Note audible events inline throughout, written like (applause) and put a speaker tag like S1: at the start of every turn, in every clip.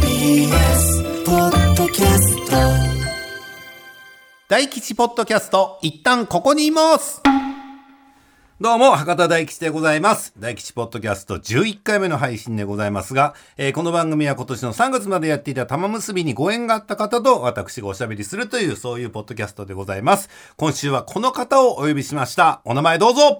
S1: TBS ポッドキャスト
S2: 大吉ポッドキャスト、一旦ここにいますどうも、博多大吉でございます。大吉ポッドキャスト11回目の配信でございますが、えーこの番組は今年の3月までやっていた玉結びにご縁があった方と私がおしゃべりするという、そういうポッドキャストでございます。今週はこの方をお呼びしました。お名前どうぞ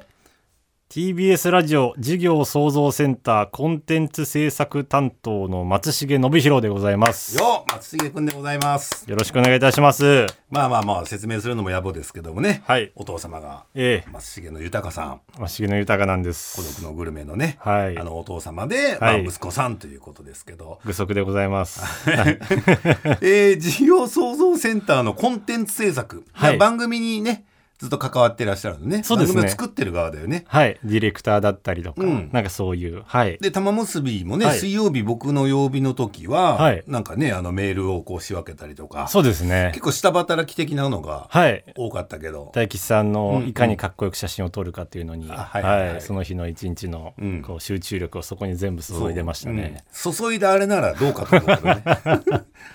S3: TBS ラジオ事業創造センターコンテンツ制作担当の松重信弘でございます。よ
S2: よ松重くんでございます。
S3: ろしくお願いいたします。
S2: まあまあまあ、説明するのも野暮ですけどもね。
S3: はい
S2: お父様が、
S3: え
S2: 松重の豊さん。
S3: え、松重の豊なんで
S2: 孤
S3: す。
S2: 独のグルメのね、
S3: はい
S2: あのお父様で、まあ
S3: はい
S2: 息子さんということですけど、 (laughs)
S3: 具足でございます。
S2: えー事業創造センターのコンテンツ制作、
S3: はい
S2: 番組にねずっと関わってらっしゃるのね
S3: そうですね
S2: 番組を作ってる側だよね
S3: はい、ディレクターだったりとか、
S2: うん
S3: なんかそういう、はい、
S2: で玉結びもね、
S3: はい
S2: 水曜日僕の曜日の時は、
S3: はい
S2: なんかねあのメールをこう仕分けたりとか
S3: そうですね
S2: 結。構下働き的なのが
S3: はい、
S2: 多かったけど、
S3: 大吉さん
S2: うん
S3: の
S2: うん
S3: いかにかっこよく写真を撮るかっていうのに、
S2: あはいはいはい
S3: はいその日の一日の
S2: うん
S3: こう集中力をそこに全部注いでましたね。
S2: うん注いだあれならどうかと思うけど
S3: (laughs)
S2: ね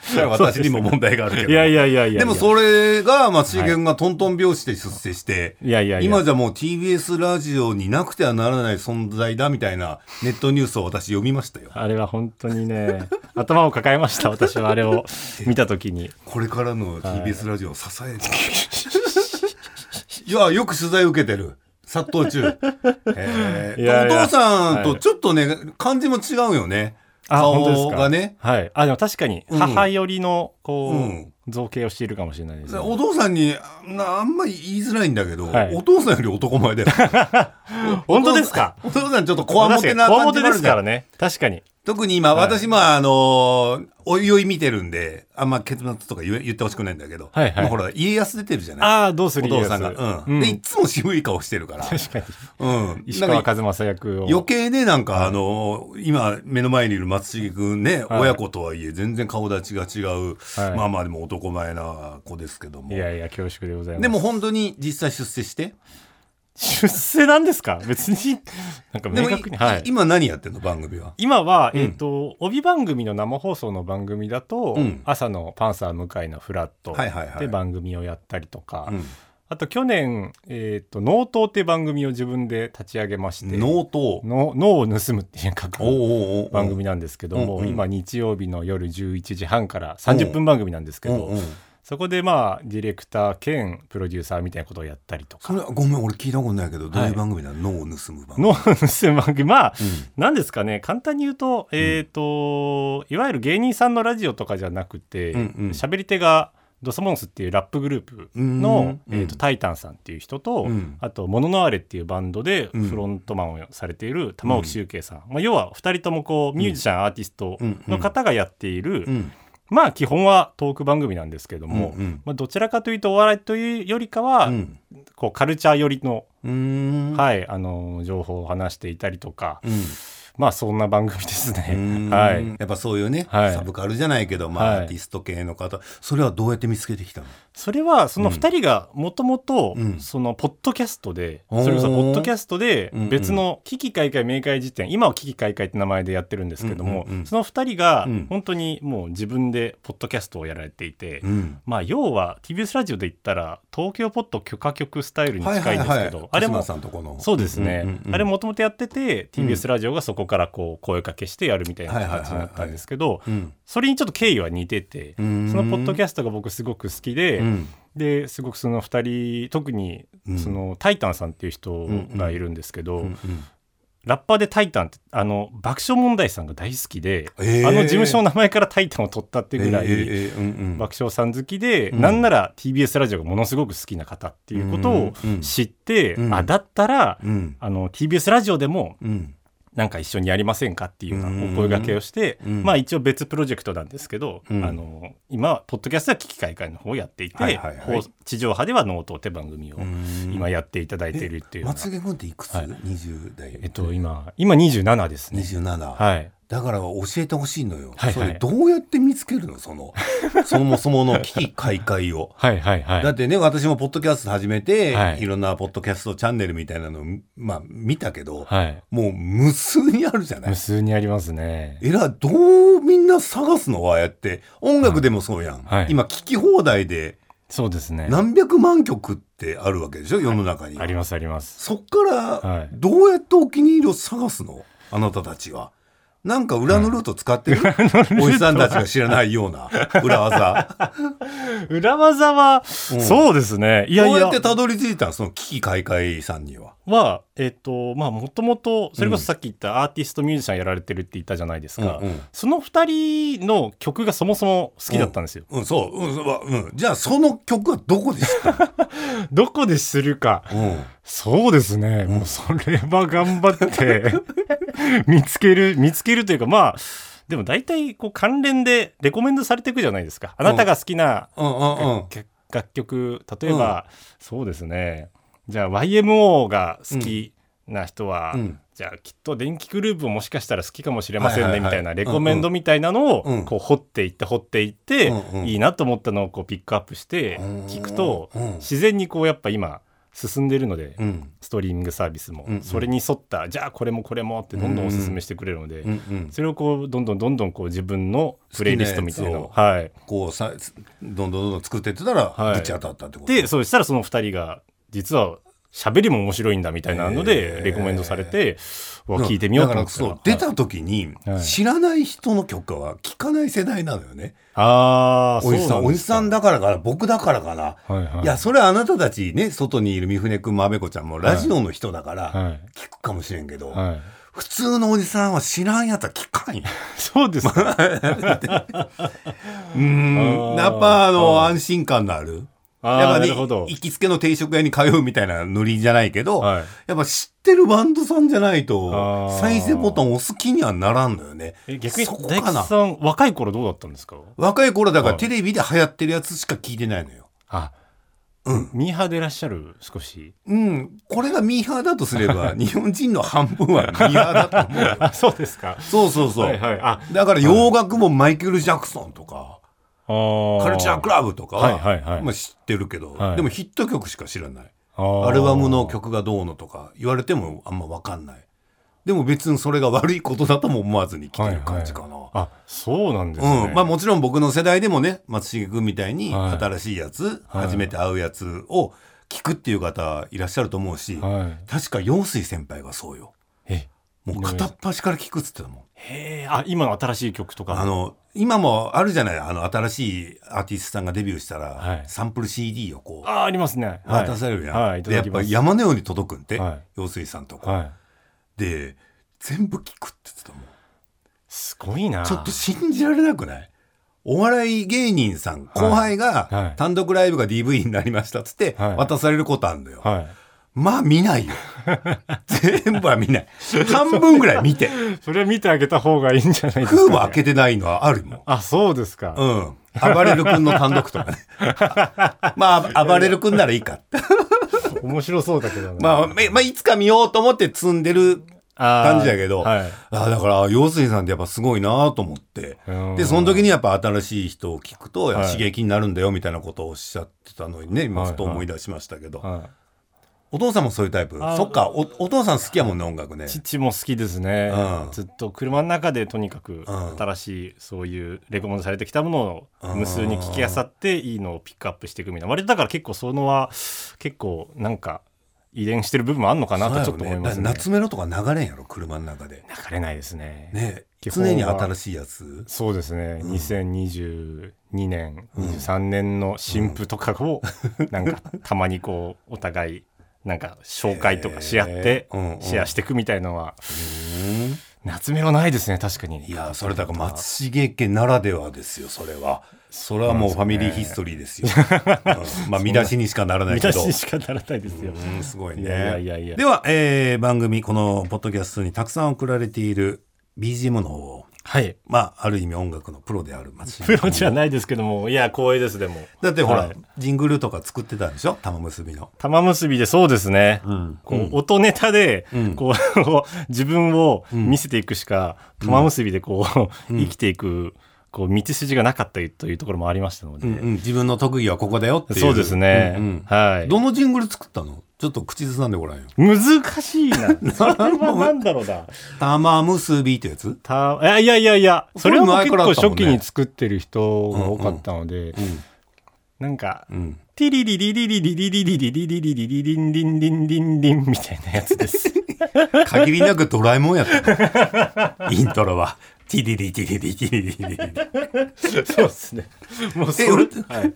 S2: それは私にも問題があるけど
S3: いやいやいやいやいや。
S2: でもそれが松井源がトントン拍子で出世して、
S3: いやいやいや
S2: 今じゃもう TBS ラジオになくてはならない存在だみたいなネットニュースを私読みましたよ。
S3: あれは本当にね、 (laughs) 頭を抱えました、私はあれを見たときに。
S2: これからの TBS ラジオを支えて、い、やよく取材受けてる殺到
S3: (laughs)
S2: 中、えー
S3: いやいや
S2: お父さんと
S3: はい
S2: ちょっとね、感じも違うよね
S3: あ本当です
S2: 顔
S3: か
S2: がね。
S3: はい。あ、でも確かに、
S2: うん
S3: 母寄りの、こう、
S2: うん
S3: 造形をしているかもしれないです、ね。
S2: お父さんにあんなあんまり言いづらいんだけど、
S3: はい
S2: お父さんより男前だよ
S3: (laughs) 本当ですか
S2: お父さんちょっとこわもてな
S3: 確かにこわ
S2: 感
S3: も
S2: じもあ
S3: てで
S2: る
S3: す
S2: じゃん
S3: からね。確かに。
S2: 特に今、
S3: はい
S2: 私もあのーおいおい見てるんで、あんま結末とか言え言ってほしくないんだけど、
S3: はいはい
S2: まあほら、家康出てるじゃない
S3: ああ、どうす
S2: お
S3: る
S2: 父
S3: 家
S2: さん
S3: 康
S2: が。う。
S3: うんん
S2: で、いつも渋い顔してるから。
S3: 確かに。
S2: うん。
S3: 石
S2: なん
S3: 川
S2: か
S3: 和正役を。
S2: 余計ね、なんかあのー今、目の前にいる松重くんね、
S3: はい
S2: 親子とはいえ、全然顔立ちが違う、
S3: はい
S2: まあまあでも男前な子ですけども。
S3: いやいや、恐縮でございます。
S2: でも、本当に実際出世して。
S3: 出世なんですか別
S2: (laughs)
S3: に、なんか
S2: で
S3: 明
S2: も、
S3: 確に。はい
S2: い。今何やってんの番組は。
S3: 今は、
S2: うん
S3: えっ、と、帯番組の生放送の番組だと、
S2: うん
S3: 朝のパンサー向井のフラット
S2: はいはいはい
S3: で番組をやったりとか、
S2: うん
S3: あと去年、えっ、と、脳刀って番組を自分で立ち上げまして、
S2: 脳と、
S3: の脳を盗むっていう書く
S2: おうおうおうおう
S3: 番組なんですけども、
S2: うんうん
S3: 今日曜日の夜11時半から30分番組なんですけど、
S2: うんうん
S3: そこでまあディレクター兼プロデューサーみたいなことをやったりとか
S2: それはごめん俺聞いたことないけどどういう番組だ、脳を盗む番組
S3: 脳を盗む番組まあ
S2: うん
S3: 何ですかね簡単に言うと,、えっといわゆる芸人さんのラジオとかじゃなくて
S2: うんうん
S3: 喋、り手がドサモンスっていうラップグループの、
S2: うん
S3: えー、とタイタンさんっていう人と、
S2: うん
S3: あと「モノノアレ」っていうバンドで
S2: うん
S3: フロントマンをされている玉置周慶さん、まあ、要は2人ともこうミュージシャン、アーティストの方がやっている、
S2: うん
S3: まあ基本はトーク番組なんですけども、
S2: うんうん
S3: まあ、どちらかというとお笑いというよりかは、
S2: うん
S3: こうカルチャー寄りの、
S2: うん
S3: はい、あのー情報を話していたりとか、
S2: うん
S3: まあそんな番組です
S2: うん
S3: ね。はい、
S2: やっぱそういうね、
S3: はい
S2: サブカルじゃないけど、まあ
S3: はい
S2: アーティスト系の方それはどうやって見つけてきたの
S3: それはその2人がもともと
S2: うん
S3: そのポッドキャストで、
S2: おー
S3: それこそポッドキャストで
S2: うんうん
S3: 別の「危機開会明快辞典」今は「危機開会」って名前でやってるんですけども、
S2: うんうんうん
S3: その2人が
S2: うん
S3: 本当にもう自分でポッドキャストをやられていて、
S2: うん
S3: まあ要は TBS ラジオで言ったら東京ポッド許可局スタイルに
S2: はい
S3: 近
S2: はい
S3: いんです
S2: は
S3: け
S2: い
S3: ど、
S2: あ
S3: あ
S2: れ
S3: れ
S2: も
S3: も
S2: さんとこの
S3: そうですね、
S2: うんうんうん
S3: あれもともとやってて
S2: うん
S3: TBS ラジオがそこからこう声かけしてやるみたいな形になったんですけど、
S2: うん
S3: それにちょっと経緯は似てて、
S2: うん
S3: そのポッドキャストが僕すごく好きで、
S2: うん
S3: ですごくその2人特に
S2: うん
S3: そのタイタンさんっていう人がいるんですけど、
S2: うんうん
S3: ラッパーでタイタンってあの爆笑問題さんが大好きで、
S2: えー
S3: あの事務所の名前からタイタンを取ったってぐらい。
S2: えーえーえーうんうん
S3: 爆笑さん好きで、
S2: うん
S3: なんなら TBS ラジオがものすごく好きな方っていうことを
S2: うん
S3: 知って、
S2: うん
S3: あだったら、
S2: うん
S3: あの TBS ラジオでも
S2: うん
S3: なんか一緒にやりませんかっていうよ
S2: う
S3: う
S2: ん
S3: なお声掛けをして、
S2: うん
S3: まあ一応別プロジェクトなんですけど、
S2: うん
S3: あの今ポッドキャストは危機開会の方をやっていて、
S2: はいはいはい
S3: 放送地上波では「ノートって番組を
S2: うん
S3: 今やっていただいているっていうような
S2: 松毛君っていくつ、
S3: はい
S2: 20代
S3: えっと今今27ですね
S2: 27、
S3: はい
S2: だから教えてほしいのよ、
S3: はいはい
S2: それどうやって見つけるのその (laughs) そもそもの危機開会を。
S3: はいはいはい。
S2: だってね私もポッドキャスト始めて、
S3: はい
S2: い、ろんなポッドキャストチャンネルみたいなのまあ見たけど、
S3: はい。
S2: もう無数にあるじゃない
S3: 無。数にありますね。
S2: えらどうみんな探すのはああやって音楽でもそうやん、
S3: はいはい
S2: 今聴き放題で
S3: そうですね。
S2: 何百万曲ってあるわけでしょ世の中には、
S3: ありますあります。
S2: そっか
S3: は
S2: ら
S3: い
S2: どうやってお気に入りを探すのあなたたちはなんか裏のルート使
S3: (laughs)
S2: ってる、おじさんたちが知らないような裏技
S3: 裏技は、
S2: うん
S3: そうですね。いやい
S2: どうや
S3: や
S2: って、たどり着いたのその危機開会さんには
S3: は、えっ、と、まあ、もともと、それこそさっき言ったアーティスト、ミュージシャンやられてるって言ったじゃないですか。
S2: うんうん
S3: その二人の曲がそもそも好きだったんですよ。
S2: うん、そう、うんそう、うん。じゃあ、その曲はどこでした
S3: どこでするか。
S2: うん。
S3: そうですね。もうそれは頑張って、 (laughs) 見つける、見つけるというか、まあ、でも大体こう関連でレコメンドされていくじゃないですか。あなたが好きな
S2: うんうんうん。
S3: 楽楽曲、例えば、そうですね。じゃあ YMO が好きな人は、
S2: うん
S3: じゃあきっと電気グループももしかしたら好きかもしれません
S2: はいは
S3: ね
S2: い
S3: み
S2: はい
S3: たいなレコメンドみたいなの
S2: うんうん
S3: をこう掘っていって掘っていって
S2: うんうん
S3: いいなと思ったのをこうピックアップして聞くと
S2: うん
S3: 自然にこうやっぱ今進んでるので
S2: うん。
S3: ストリーミングサービスも
S2: うんうん
S3: それに沿ったじゃあこれもこれもってどんどんおすすめしてくれるので
S2: うんうん。
S3: それをこうどんどんどんどんこう自分のプレイリストみたいなのを
S2: 好き
S3: はい
S2: こうさ、どんどんどんどん作ってってたら、
S3: はい
S2: ぶち当たったってこと。
S3: でそうしたらその2人が実は喋りも面白いんだみたいなの
S2: へー
S3: でレコメンドされてわ
S2: うん、
S3: 聞いてみようと
S2: だか
S3: 思っ
S2: ら
S3: て
S2: そう、出た時に、
S3: はい
S2: 知らない人の曲は聞かない世代なのよね。
S3: ああ
S2: おじさん、おじさんだからかな、僕だからかな。
S3: はいはい
S2: いや、それはあなたたちね、外にいる三船くんも安倍子ちゃんもラジオの人だから、
S3: はい
S2: 聞くかもしれんけど、
S3: はい、
S2: 普通のおじさんは知らんやつは聞かんよ。
S3: そうですね、
S2: (laughs) うーん、
S3: あー
S2: やっぱあの
S3: は
S2: 安心感のある。
S3: あー
S2: やっぱ
S3: な
S2: ね、
S3: るほど
S2: 行きつけの定食屋に通うみたいなノリじゃないけど、
S3: はい
S2: やっぱ知ってるバンドさんじゃないと
S3: あ、ー
S2: 再生ボタン押す気にはならんのよね。
S3: え逆に
S2: そこ
S3: 大
S2: かな
S3: 吉さん若い頃どうだったんですか
S2: 若い頃だから
S3: はい
S2: テレビで流行ってるやつしか聞いてないのよ。
S3: あ
S2: うん。
S3: ミーハーでいらっしゃる少し
S2: うん。これがミーハーだとすれ
S3: (laughs)
S2: ば、日本人の半分はミーハーだと思うよ。
S3: あそうですか
S2: (laughs) そうそうそう。
S3: はいはいあ
S2: だから洋楽もマイケル・ジャクソンとか、
S3: あー
S2: カルチャークラブとか
S3: はいはいはい
S2: まあ知ってるけど、
S3: はい
S2: でもヒット曲しか知らない。
S3: あー
S2: アルバムの曲がどうのとか言われてもあんま分かんないでも別にそれが悪いことだとも思わずに来てる感じかな、
S3: はいはいあそうなんですね、
S2: うんまあ、もちろん僕の世代でもね松重君みたいに
S3: はい
S2: 新しいやつ、
S3: はい
S2: 初めて会うやつを聞くっていう方いらっしゃると思うし、
S3: はい
S2: 確か陽水先輩がそうよ
S3: え
S2: もう片っ端から聞くっつってたもん
S3: へえあ今の新しい曲とか
S2: あの今もあるじゃないあの新しいアーティストさんがデビューしたら、
S3: はい
S2: サンプル CD をこう
S3: あーありますねはい
S2: 渡されるやん、
S3: はいいた
S2: でや
S3: だ
S2: っ
S3: き
S2: ぱ
S3: ます
S2: 山のように届くんで、
S3: はい
S2: 陽水さんとか、
S3: はい
S2: で全部聞くって言ってたもん
S3: すごいな
S2: ちょっと信じられなくないお笑い芸人さん後輩
S3: は
S2: が
S3: い
S2: 単独ライブが DV になりましたっつって
S3: はい
S2: 渡されることあるのよ、
S3: は
S2: まあ見
S3: (laughs)
S2: ないよ全部は見ない半分ぐらい見て
S3: いそれ (laughs) は見てあげた方がいいんじゃないですか、
S2: 封も開けてないのはあるもん
S3: あそうですか、
S2: うん暴れる君の単独と
S3: (laughs)
S2: かねまあ暴れる君ならいいか
S3: 面白そうだけどな、
S2: まあ、めまあ、いつか見ようと思って積んでる
S3: あー
S2: 感じやけど、
S3: はい
S2: あだから陽水さんってやっぱすごいなと思って
S3: うん
S2: でその時にやっぱ新しい人を聞くとやっぱ
S3: はい
S2: 刺激になるんだよみたいなことをおっしゃってたのにね今
S3: はい
S2: ふと思い出しましたけど、
S3: はい
S2: お父さんもそういうタイプ
S3: あー
S2: そっかおお父さん好きやもんね音楽ね
S3: 父も好きですね、
S2: うん
S3: ずっと車の中でとにかく
S2: うん
S3: 新しいそういうレコメンドされてきたもの
S2: う
S3: を
S2: ん
S3: 無数に聞きあさっていいのをピックアップしていくみたいな割とだから結構そのは結構なんか遺伝してる部分もあんのかなとちょっと思います
S2: そうやろねだから
S3: ね
S2: 夏メロとか流れんやろ車の中で
S3: 流れないですね
S2: ね
S3: 基本は
S2: 常に新しいやつ
S3: そうですね、
S2: うん
S3: 2022年、
S2: うん
S3: 23年の新婦とかを、なんかたまにこうお互いなんか紹介とかし合って、
S2: へーうんうん
S3: シェアしていくみたいのは
S2: うん
S3: 夏メロないですね確かに
S2: いやそれだから松重家ならではですよそれはそれはもうファミリーヒストリーですよ、うんまあ見出しにしかならない
S3: 見
S2: け
S3: 出
S2: ど
S3: しにしかならないですよ、
S2: うん、すごいね。
S3: いやいやいや
S2: では、えー番組、このポッドキャストにたくさん送られている BGM の方を
S3: はい。
S2: まあ、ある意味音楽のプロである松
S3: プ
S2: 島
S3: ロ
S2: 君
S3: じゃないですけども、いや、光栄です、でも。
S2: だってほら、
S3: はい
S2: ジングルとか作ってたんでしょ玉結びの。
S3: 玉結びでそうですね。
S2: ん
S3: こう、音ネタで、
S2: うん
S3: こう、自分を見せていくしか、玉結びでこう、生きていく、こう、道筋がなかったというところもありましたので。
S2: うんうん自分の特技はここだよっていう。
S3: そうですね。
S2: うんうん
S3: はい。
S2: どのジングル作ったのちょっと口ずさんでごらんよ。
S3: 難しいな。それはなんだろうな。
S2: 玉結びってやつ
S3: たえいやいやいや、それはもう
S2: 前
S3: 結
S2: からあ
S3: 構
S2: ったもん
S3: 初
S2: ね
S3: 期に作ってる人が多かったので、なんか、
S2: うん。
S3: ティリリリリリリリリリリリリリリリンリンリンリンリンみたいなやつです。
S2: 限りなくドラえもんやったねイントロは。ティリリティリリティリリティリリ。
S3: そうですね。もうそ
S2: え俺
S3: れ、はい、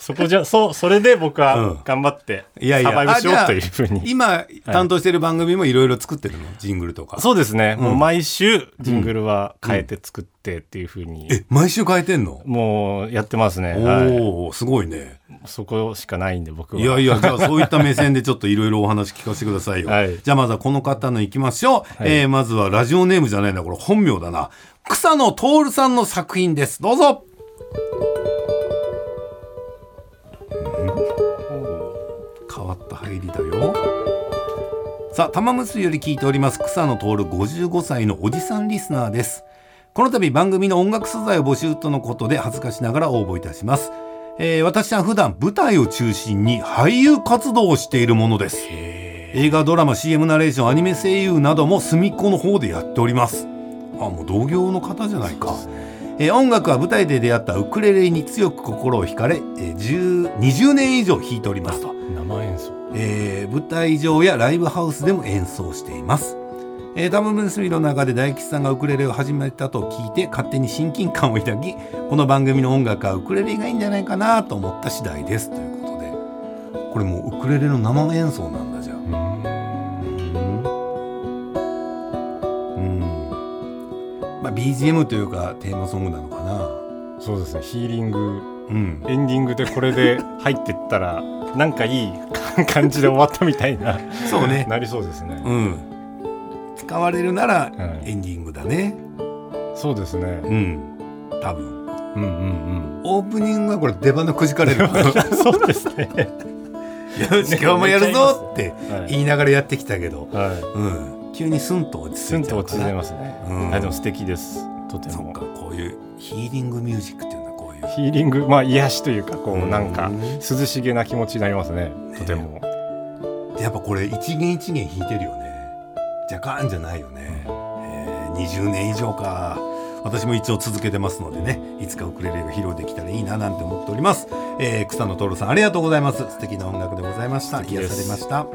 S3: そこじゃ、そう、それで僕
S2: うん
S3: は頑張って、
S2: いやいや。
S3: サバイブしようというふう
S2: あじゃあ
S3: に。
S2: 今担当してる番組もいろいろ作ってるのジングルとか。
S3: そうですね。もう毎週、ジングルは変えて作ってっていうふうに、
S2: え、毎週変えてんの
S3: もうやってますね。はい。
S2: おおすごいね。
S3: そこしかないんで、僕は。
S2: いやいや、じゃあそういった目線でちょっといろいろお話聞かせてくださいよ。
S3: はい
S2: じゃあまずはこの方の行きましょう。えーまずはラジオネームじゃないな、これ本名だな。草野徹さんの作品です。どうぞ変わった入りだよ。さあ、玉結びより聞いております草野徹55歳のおじさんリスナーです。この度番組の音楽素材を募集とのことで恥ずかしながら応募いたします。えー私は普段舞台を中心に俳優活動をしているものです。映画、ドラマ、CM ナレーション、アニメ声優なども隅っこの方でやっております。あ、もう同業の方じゃないか。えー音楽は舞台で出会ったウクレレに強く心を惹かれ、えー10 20年以上弾いておりますと。
S3: 生演奏。
S2: えー舞台上やライブハウスでも演奏しています。えー、ダブルスリーの中で大吉さんがウクレレを始めたと聞いて勝手に親近感を抱きこの番組の音楽はウクレレがいいんじゃないかなと思った次第ですということでこれもうウクレレの生演奏なんだじゃあうんまあ BGM というかテーマソングなのかな
S3: そうですね。ヒーリング、
S2: うん
S3: エンディングでこれで入ってったら、なんかいい感じで終わったみたいな、
S2: そうね
S3: なりそうですね。
S2: うん使われるなら
S3: はい
S2: エンディングだね
S3: そうですね。
S2: うん多分
S3: うんうん
S2: オープニングはこれ出花くじかれるよ (laughs)
S3: うん。 (laughs) そうですね。
S2: し今日もやるぞって
S3: はい。
S2: 言いながらやってきたけど、
S3: は
S2: うん、急にスンと落
S3: い。
S2: ち
S3: す
S2: 着
S3: ん
S2: いちゃ
S3: と
S2: う
S3: 落
S2: か
S3: ち着いて
S2: ら
S3: ますね。
S2: うん
S3: あでも素敵です。とて
S2: そっ
S3: も
S2: か。こういうヒーリングミュージックっていうんだこういう
S3: ヒーリング、まあ癒しというか、こ
S2: う
S3: うんなんか涼しげな気持ちになりますね。とても。
S2: やっぱこれ一弦一弦弾いてるよね若干じゃないよね、えー、20年以上か私も一応続けてますのでねいつかウクレレが披露できたらいいななんて思っております、えー、草野徹さんありがとうございます素敵な音楽でございました
S3: 敵
S2: 癒
S3: です
S2: されました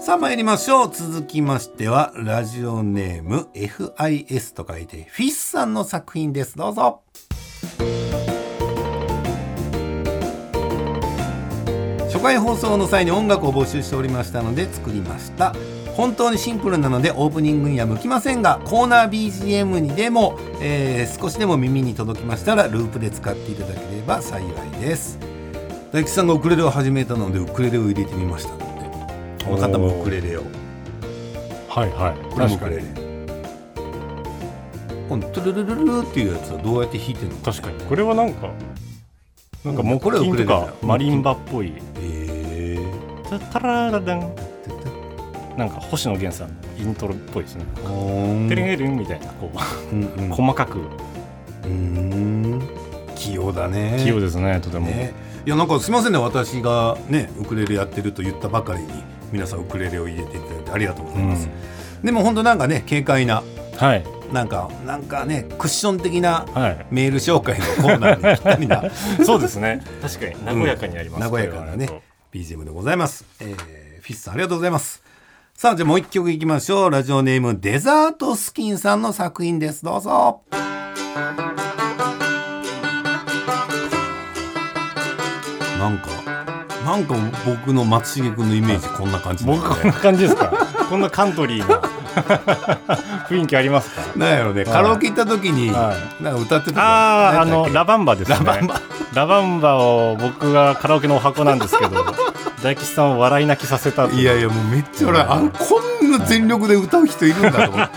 S2: さあ参りましょう続きましてはラジオネーム FIS と書いてフィスさんの作品ですどうぞ初回放送の際に音楽を募集しておりましたので作りました本当にシンプルなのでオープニングには向きませんがコーナー BGM にでも、えー少しでも耳に届きましたらループで使っていただければ幸いです大吉さんがウクレレを始めたのでウクレレを入れてみましたのでこの方もウクレレを
S3: はいはい。
S2: これも
S3: 確
S2: ウ
S3: か
S2: クレレ
S3: に。
S2: このトゥルルルルルっていうやつはどうやって弾いてるの
S3: 確かに。これはなんか、なんか
S2: うんこ
S3: 木
S2: れはウ
S3: 琴
S2: クレ
S3: と
S2: レだ
S3: かマリンバっぽい。
S2: えー
S3: タタララダンなんか星野源さんのイントロっぽいですね。
S2: あー
S3: テレヘルンみたいなこう
S2: うんうん
S3: 細かく
S2: うん器用だね
S3: 器用ですねとても。
S2: ね、いやなんかすいませんね私がねウクレレやってると言ったばかりに皆さんウクレレを入れていただいてありがとうござ
S3: う
S2: い
S3: ん
S2: ます、でも本当なんかね軽快な
S3: はい
S2: なんかなんかねクッション的な
S3: は
S2: メール紹介のコーナーにぴったり
S3: (laughs)
S2: な
S3: い。そうですね。確かに和やかになります。
S2: うん和やかな
S3: これは
S2: ね BGM でございます、えーフィスさんありがとうございますさあじゃあもう一曲いきましょうラジオネームデザートスキンさんの作品ですどうぞなんかなんか僕の松重君のイメージこんな感じだよね
S3: 僕こんな感じですか。こんなカントリーな (laughs) 雰囲気ありますか。
S2: なんやろねカラオケ行った時に
S3: は
S2: なんか歌ってたじゃん
S3: ああ
S2: な
S3: あ
S2: んだっ
S3: の
S2: け
S3: ラバンバですね。
S2: ラバンバ。
S3: ラバンバを僕がカラオケのお箱なんです (laughs) けど、大吉さんを笑い泣きさせたという。
S2: いやいやもうめっちゃ俺あこんな全力で歌う人いるんだと思って。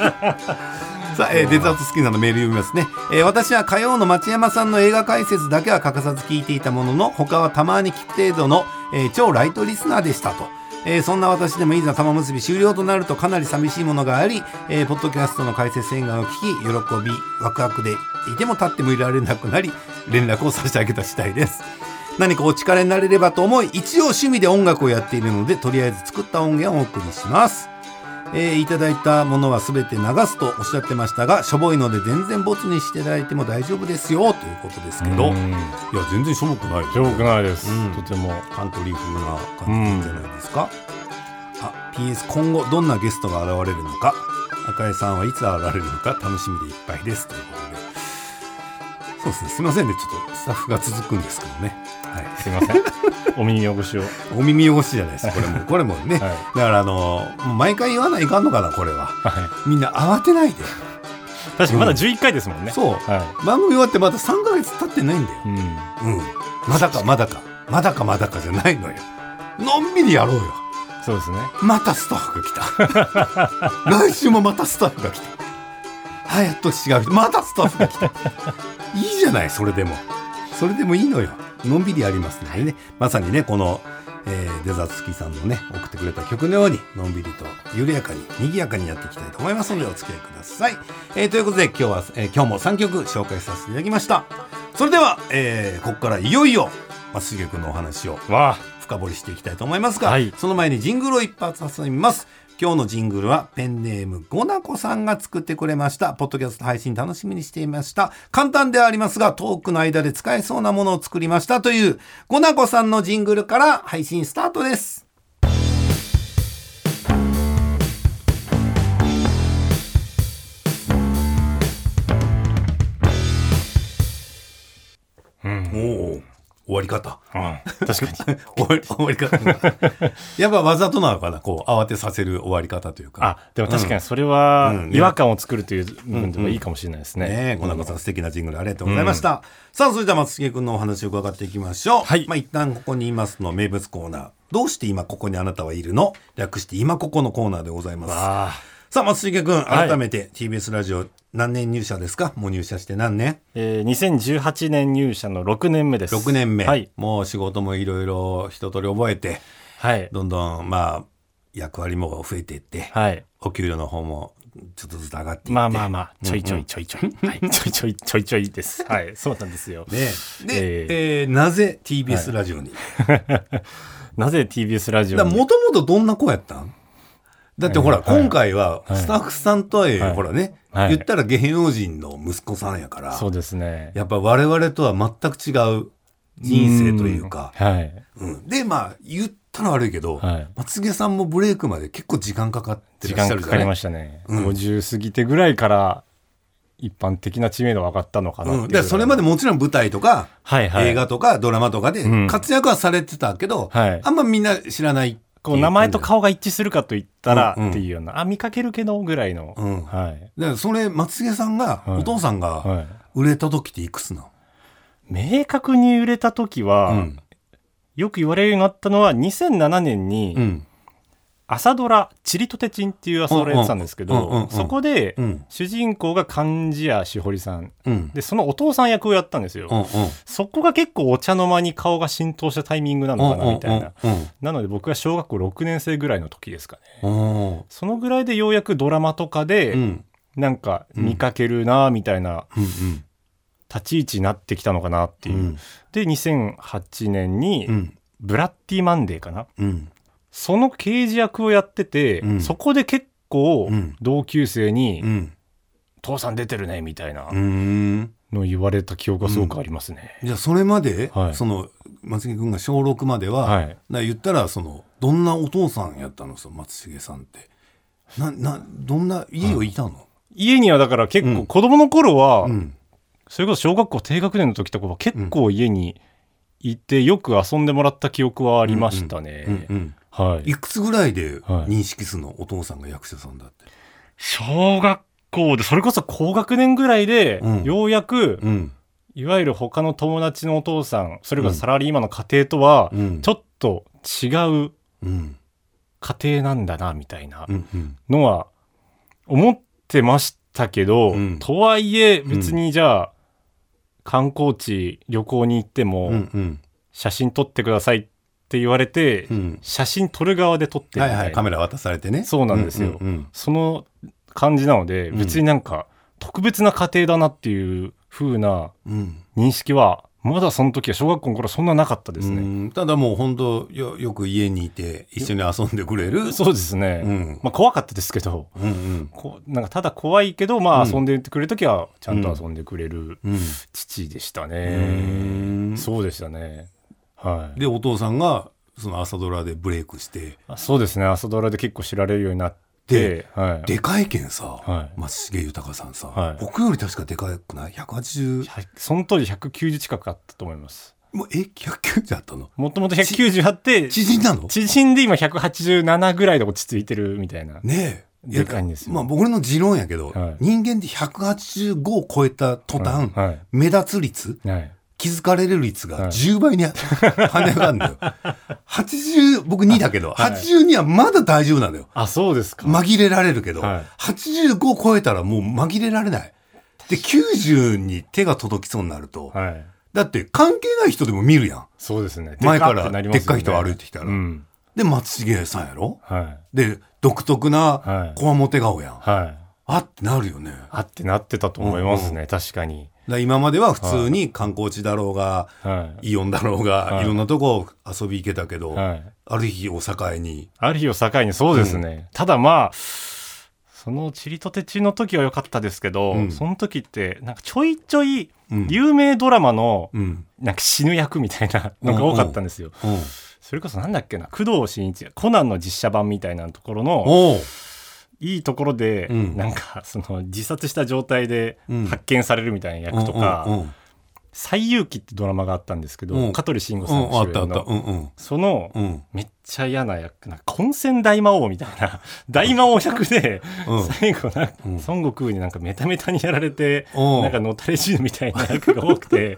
S2: さあ、えーデザートスキーさんのメール読みますね、えー私は火曜の町山さんの映画解説だけは欠かさず聞いていたものの他はたまに聞く程度の、えー超ライトリスナーでしたと、えーそんな私でもいざ玉結び終了となるとかなり寂しいものがあり、えーポッドキャストの解説映画を聞き喜びワクワクでいても立ってもいられなくなり連絡を差し上げた次第です何かお力になれればと思い一応趣味で音楽をやっているのでとりあえず作った音源をお送りしますえーいただいたものは全て流すとおっしゃってましたがしょぼいので全然ボツにしていただいても大丈夫ですよということですけどいや全然しょぼくない
S3: しょぼくないです、
S2: うん
S3: とても
S2: カントリー風な感じじゃないですか、あ PS 今後どんなゲストが現れるのか赤江さんはいつ現れるのか楽しみでいっぱいですということでそうですねすいませんねちょっとスタッフが続くんですけどね、はい、
S3: すいませ (laughs) んお耳汚しを、は
S2: お耳汚しじゃないですこれ
S3: (laughs)
S2: もこれもね、
S3: い
S2: だからあのもう毎回言わないかんのかなこれは
S3: は
S2: みんな慌てないで
S3: い、確かにまだ11回ですもんね、
S2: そう
S3: は
S2: 番組終わってまだ3ヶ月経ってないんだよ
S3: いうん、
S2: うんまだかまだかまだかまだかじゃないのよのんびりやろうよ
S3: そうですね
S2: またスタッフが来た (laughs) 来週もまたスタッフが来たはやっと違う人またスタッフが来たいいじゃないそれでもそれでもいいのよのんびりやりますのでねまさにねこの、えーデザートスキーさんのね送ってくれた曲のようにのんびりと緩やかに賑やかにやっていきたいと思いますのでお付き合いください、えーということで今日は、えー今日も3曲紹介させていただきましたそれでは、えーここからいよいよ松重君のお話を
S3: わ
S2: 深掘りしていきたいと思いますが、
S3: はい
S2: その前にジングルを一発挟みます今日のジングルはペンネームゴナコさんが作ってくれましたポッドキャスト配信楽しみにしていました簡単ではありますがトークの間で使えそうなものを作りましたというゴナコさんのジングルから配信スタートです
S3: うん、
S2: おお終わり方
S3: うん、確かに
S2: 終わり終わり方が (laughs) やっぱわざとなのかなこう慌てさせる終わり方というか
S3: あでも確かにそれは
S2: うん
S3: 違和感を作るという部分でもいいかもしれないですね,、
S2: ねえ、小中さん、素敵なジングルありがとうございました。さあ、それでは松重君のお話を伺っていきましょう。
S3: はい
S2: まあ、一旦ここにいますの名物コーナー。どうして今ここにあなたはいるの略して今ここのコーナーでございます。
S3: わあ
S2: さあ、松重君、
S3: はい
S2: 改めて TBS ラジオ何年入社ですかもう入社して何年
S3: えー、2018年入社の6年目です
S2: ?6 年目。
S3: はい、
S2: もう仕事もいろいろ一通り覚えて、
S3: はい
S2: どんどん、まあ、役割も増えていって、
S3: はい、
S2: お給料の方もちょっとずつ上がっていって。
S3: まあまあまあちょいちょいちょいちょ
S2: (laughs)
S3: い、はい、ちょいちょいちょいちょいですはいそうなんですよ、
S2: ねえで、
S3: え
S2: えーなぜ TBS ラジオに、
S3: なぜ TBS ラジオ
S2: だ
S3: に
S2: もともとどんな子やったんだってほら、
S3: はい
S2: 今回は
S3: い
S2: スタッフさんとはいえ、
S3: はい
S2: ほらね、
S3: はい
S2: 言ったら芸能人の息子さんやから、
S3: そうですね
S2: やっぱ我々とは全く違う人生というか、
S3: んはい
S2: うんでまあ言ったら悪いけど、
S3: はい
S2: 松毛さんもブレイクまで結構時間かかって
S3: 時
S2: らっ
S3: 間
S2: しゃ
S3: か
S2: るじ
S3: か
S2: ゃ
S3: り
S2: な
S3: ま
S2: い
S3: したね、
S2: うん
S3: 50過ぎてぐらいから一般的な知名度は上がったのかなっていうう、
S2: ん、でそれまで、もちろん舞台とか、
S3: はいはい、
S2: 映画とかドラマとかで
S3: うん
S2: 活躍はされてたけど、
S3: はい
S2: あんまみんな知らないってい
S3: こう名前と顔が一致するかと言ったら
S2: うんうん
S3: っていうような、あ見かけるけどぐらいの、
S2: うん
S3: はい、
S2: だからそれ松毛さんが、
S3: はい
S2: お父さんが
S3: は
S2: 売れた時っていくつなの、
S3: い、明確に売れた時は、
S2: うん
S3: よく言われるようになったのは2007年に
S2: うん
S3: 朝ドラ「ちりとてちん」っていう朝ドラやってたんですけ
S2: うんうんうんうん
S3: どそこで
S2: うん
S3: 主人公が貫地谷しほりさん
S2: うん
S3: でそのお父さん役をやったんですよ、
S2: うんうん
S3: そこが結構お茶の間に顔が浸透したタイミングなのかなみたいな、
S2: うん
S3: なので僕が小学校6年生ぐらいの時ですかね
S2: うんうん
S3: そのぐらいでようやくドラマとかで、
S2: うん
S3: なんか見かけるなみたいな
S2: うん
S3: 立ち位置になってきたのかなっていう、
S2: うん
S3: で2008年
S2: う
S3: に
S2: ん
S3: 「ブラッディマンデー」かな
S2: うん
S3: その刑事役をやってて、
S2: うん
S3: そこで結構
S2: うん
S3: 同級生に「
S2: うん
S3: 父さん出てるね」みたいな
S2: うん
S3: のを言われた記憶がすごくありますね、
S2: じゃあそれまで、
S3: はい
S2: その松木君が小6までは、
S3: はい
S2: な言ったらそのどんなお父さんやったのその松重さんってななどんな家をいたの、
S3: 家にはだから結
S2: うん
S3: 構子供の頃は、
S2: うん
S3: それこそ小学校低学年の時とかは結構家にいてよく遊んでもらった記憶はありましたね、
S2: うんうん
S3: はい
S2: いくつぐらいで
S3: はい
S2: 認識するの、お父さんが役者さんだって
S3: 小学校でそれこそ高学年ぐらいで、
S2: うん
S3: ようやく
S2: うん
S3: いわゆる他の友達のお父さんそれこそサラリーマンの家庭とは
S2: うん
S3: ちょっと違う
S2: うん
S3: 家庭なんだなみたいな
S2: うんうん
S3: のは思ってましたたけど、
S2: うん
S3: とはいえ別にじゃあ、観光地旅行に行っても、
S2: うんうん
S3: 写真撮ってくださいって言われて、
S2: うん
S3: 写真撮る側で撮ってる
S2: は
S3: み
S2: い
S3: たいな、
S2: はいカメラ渡されてね
S3: そうなんですよ
S2: うんうん
S3: その感じなので
S2: うん
S3: 別になんか特別な家庭だなっていう風な
S2: うんうん
S3: 認識はまだその時は小学校の頃そんななかったです
S2: う
S3: ね、
S2: んただもう本当よよく家にいて一緒に遊んでくれる
S3: そうですね、
S2: うん
S3: まあ怖かったですけど
S2: うんうん
S3: こなんかただ怖いけどまあ
S2: うん
S3: 遊んでくれる時はちゃんと遊んでくれる
S2: うん
S3: 父でした
S2: う
S3: ね、
S2: ん
S3: そうでしたねはい
S2: でお父さんがその朝ドラでブレイクして
S3: あそうですね朝ドラで結構知られるようになってはい、
S2: でかいけんさ、
S3: はい
S2: 松重豊さんさ、
S3: はい
S2: 僕より確かでかくない ?180
S3: ひゃその当時190近くあったと思います
S2: もうえ190あったの
S3: もともと190あって
S2: 縮んだの
S3: 縮んで今187ぐらいで落ち着いてるみたいな。
S2: ねえ
S3: でかいんですよ
S2: まあ僕の持論やけど、
S3: はい
S2: 人間って185を超えた途端、
S3: は
S2: 目立つ率
S3: い。はい。
S2: 気づかれる率
S3: はい
S2: が10倍に (laughs) 跳ね上がるんだよ80僕2だけど、
S3: はい
S2: 82はまだ大丈夫なんだよ
S3: あ、そうですか。
S2: 紛れられるけど、
S3: はい
S2: 85超えたらもう紛れられないで90に手が届きそうになると、
S3: はい。
S2: だって関係ない人でも見るやん
S3: そうですね。
S2: 前か
S3: でって
S2: ら
S3: なりま
S2: ですっかい人
S3: よね
S2: 歩いてきたら、
S3: うん。
S2: で松重さんやろ
S3: はい。
S2: で独特
S3: は
S2: ないこわもて顔やん、
S3: はい。
S2: あってなるよねだか
S3: あってなってたと思いますね。確かに。
S2: ら今までは普通に観光地だろうが、
S3: はい。
S2: イオンだろうが、
S3: はい
S2: い、ろんなとこ遊び行けたけど、
S3: はい。
S2: ある日お境に
S3: ある日を境にそうですね。ただまあ、そのチリとてちの時は良かったですけど、
S2: うん
S3: その時って、なんかちょいちょい
S2: うん
S3: 有名ドラマの、
S2: うん
S3: なんか死ぬ役みたいなのが多かったんですよ。
S2: うん
S3: それこそなんだっけな、工藤新一がコナンの実写版みたいなところの、
S2: おう
S3: いいところで、
S2: うん
S3: なんかその自殺した状態で
S2: うん
S3: 発見されるみたいな役とか「
S2: うんうん
S3: 西遊記」ってドラマがあったんですけど、
S2: うん
S3: 香取慎吾
S2: う
S3: さん
S2: ん、うんあ
S3: 主
S2: っ
S3: 演
S2: たあ
S3: の、
S2: ったうんうん
S3: その、
S2: うん
S3: めっちゃ嫌な役なんか混戦大魔王みたいな大魔王役で、
S2: うん
S3: 最後なんか、
S2: うん
S3: 孫悟空になんかメタメタにやられて、
S2: うん
S3: なんかのたれ死ぬみたいな役が多くて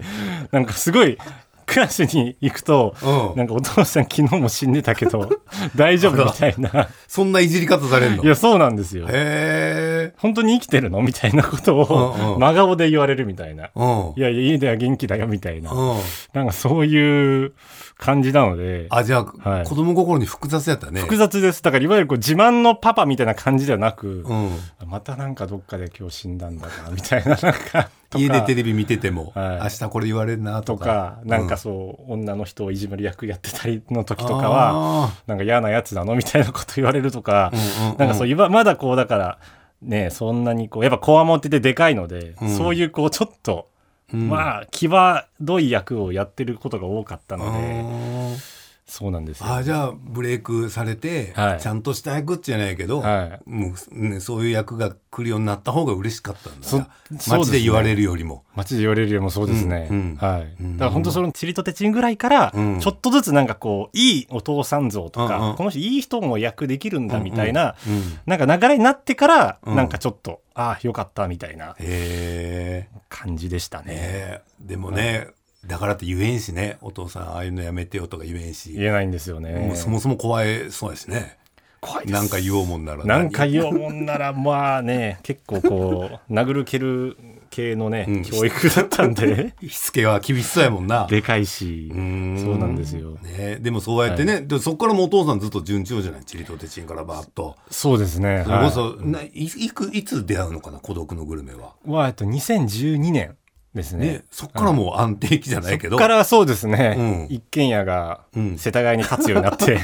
S3: なんかすごいクラスに行くと。
S2: うん
S3: なんかお父さん昨日も死んでたけど (laughs) 大丈夫みたいな
S2: そんないじり方されんの
S3: いやそうなんですよ
S2: へえ
S3: 本当に生きてるのみたいなこと
S2: うんう
S3: を
S2: ん
S3: 真顔で言われるみたいな。
S2: うん
S3: いやいや、家では元気だよみたいな。
S2: うん
S3: なんかそういう感じなので、
S2: あじゃあ、
S3: はい
S2: 子供心に複雑やったね
S3: 複雑です。だからいわゆるこう自慢のパパみたいな感じではなく、
S2: うん
S3: またなんかどっかで今日死んだんだな、みたいな、なんか、とか
S2: 家でテレビ見てても、
S3: はい
S2: 明日これ言われるなと
S3: と
S2: か
S3: か、なんかそう、女の人をいじめる役やってたりの時とかは、なんか嫌なやつなのみたいなこと言われるとか
S2: あ、ー
S3: なんかそういわまだこうだからねそんなにこうやっぱこわもてででかいので、
S2: うん
S3: そういうこうちょっと、
S2: うん
S3: まあ際どい役をやってることが多かった
S2: う
S3: ので、
S2: ん
S3: そうなんですよ。
S2: あーじゃあブレイクされて、
S3: はい
S2: ちゃんとした役じゃないけど、
S3: はい
S2: もうね、そういう役が来るようになった方が嬉しかったんだ
S3: そそうです
S2: 街
S3: ね
S2: で言われるよりも。
S3: 街で言われるよりもそうですね。
S2: うんうん
S3: はい。
S2: うん
S3: だから本当そのチリとテチンぐらいから、
S2: うん
S3: ちょっとずつなんかこう、いいお父さん像とか、
S2: うんうん
S3: この人いい人も役できるんだみたいな、
S2: うんうん
S3: なんか流れになってから、
S2: うん
S3: なんかちょっと、ああ、よかったみたいな
S2: へー
S3: 感じでしたね。
S2: ねえでもね、だからって言えんしねお父さんああいうのやめてよとか言えんし、
S3: 言えないんですよね。
S2: もうそもそも怖いそうやしね
S3: 怖いです
S2: なんか言おうもんなら
S3: なんか言おうもんなら、まあね、結構こう、殴る蹴る系のね、
S2: うん
S3: 教育だったん
S2: (laughs)
S3: で、
S2: しつけは厳しそうやもんな。
S3: でかいし
S2: う、ー
S3: そうなんですよ
S2: ね、でもそうやってね、でもそこからもうお父さんずっと順調じゃないチリとテチンからバーッと。
S3: そうですね。
S2: それこ
S3: は
S2: そ、ない、いくいつ出会うのかな孤独のグルメは。
S3: い、はえっと、2012年ですね。
S2: ね、そこからもう安定期じゃないけ
S3: そ
S2: ど、
S3: っからそうですね、
S2: うん
S3: 一軒家が
S2: うん
S3: 世田谷に立つようにな
S2: (laughs)
S3: って、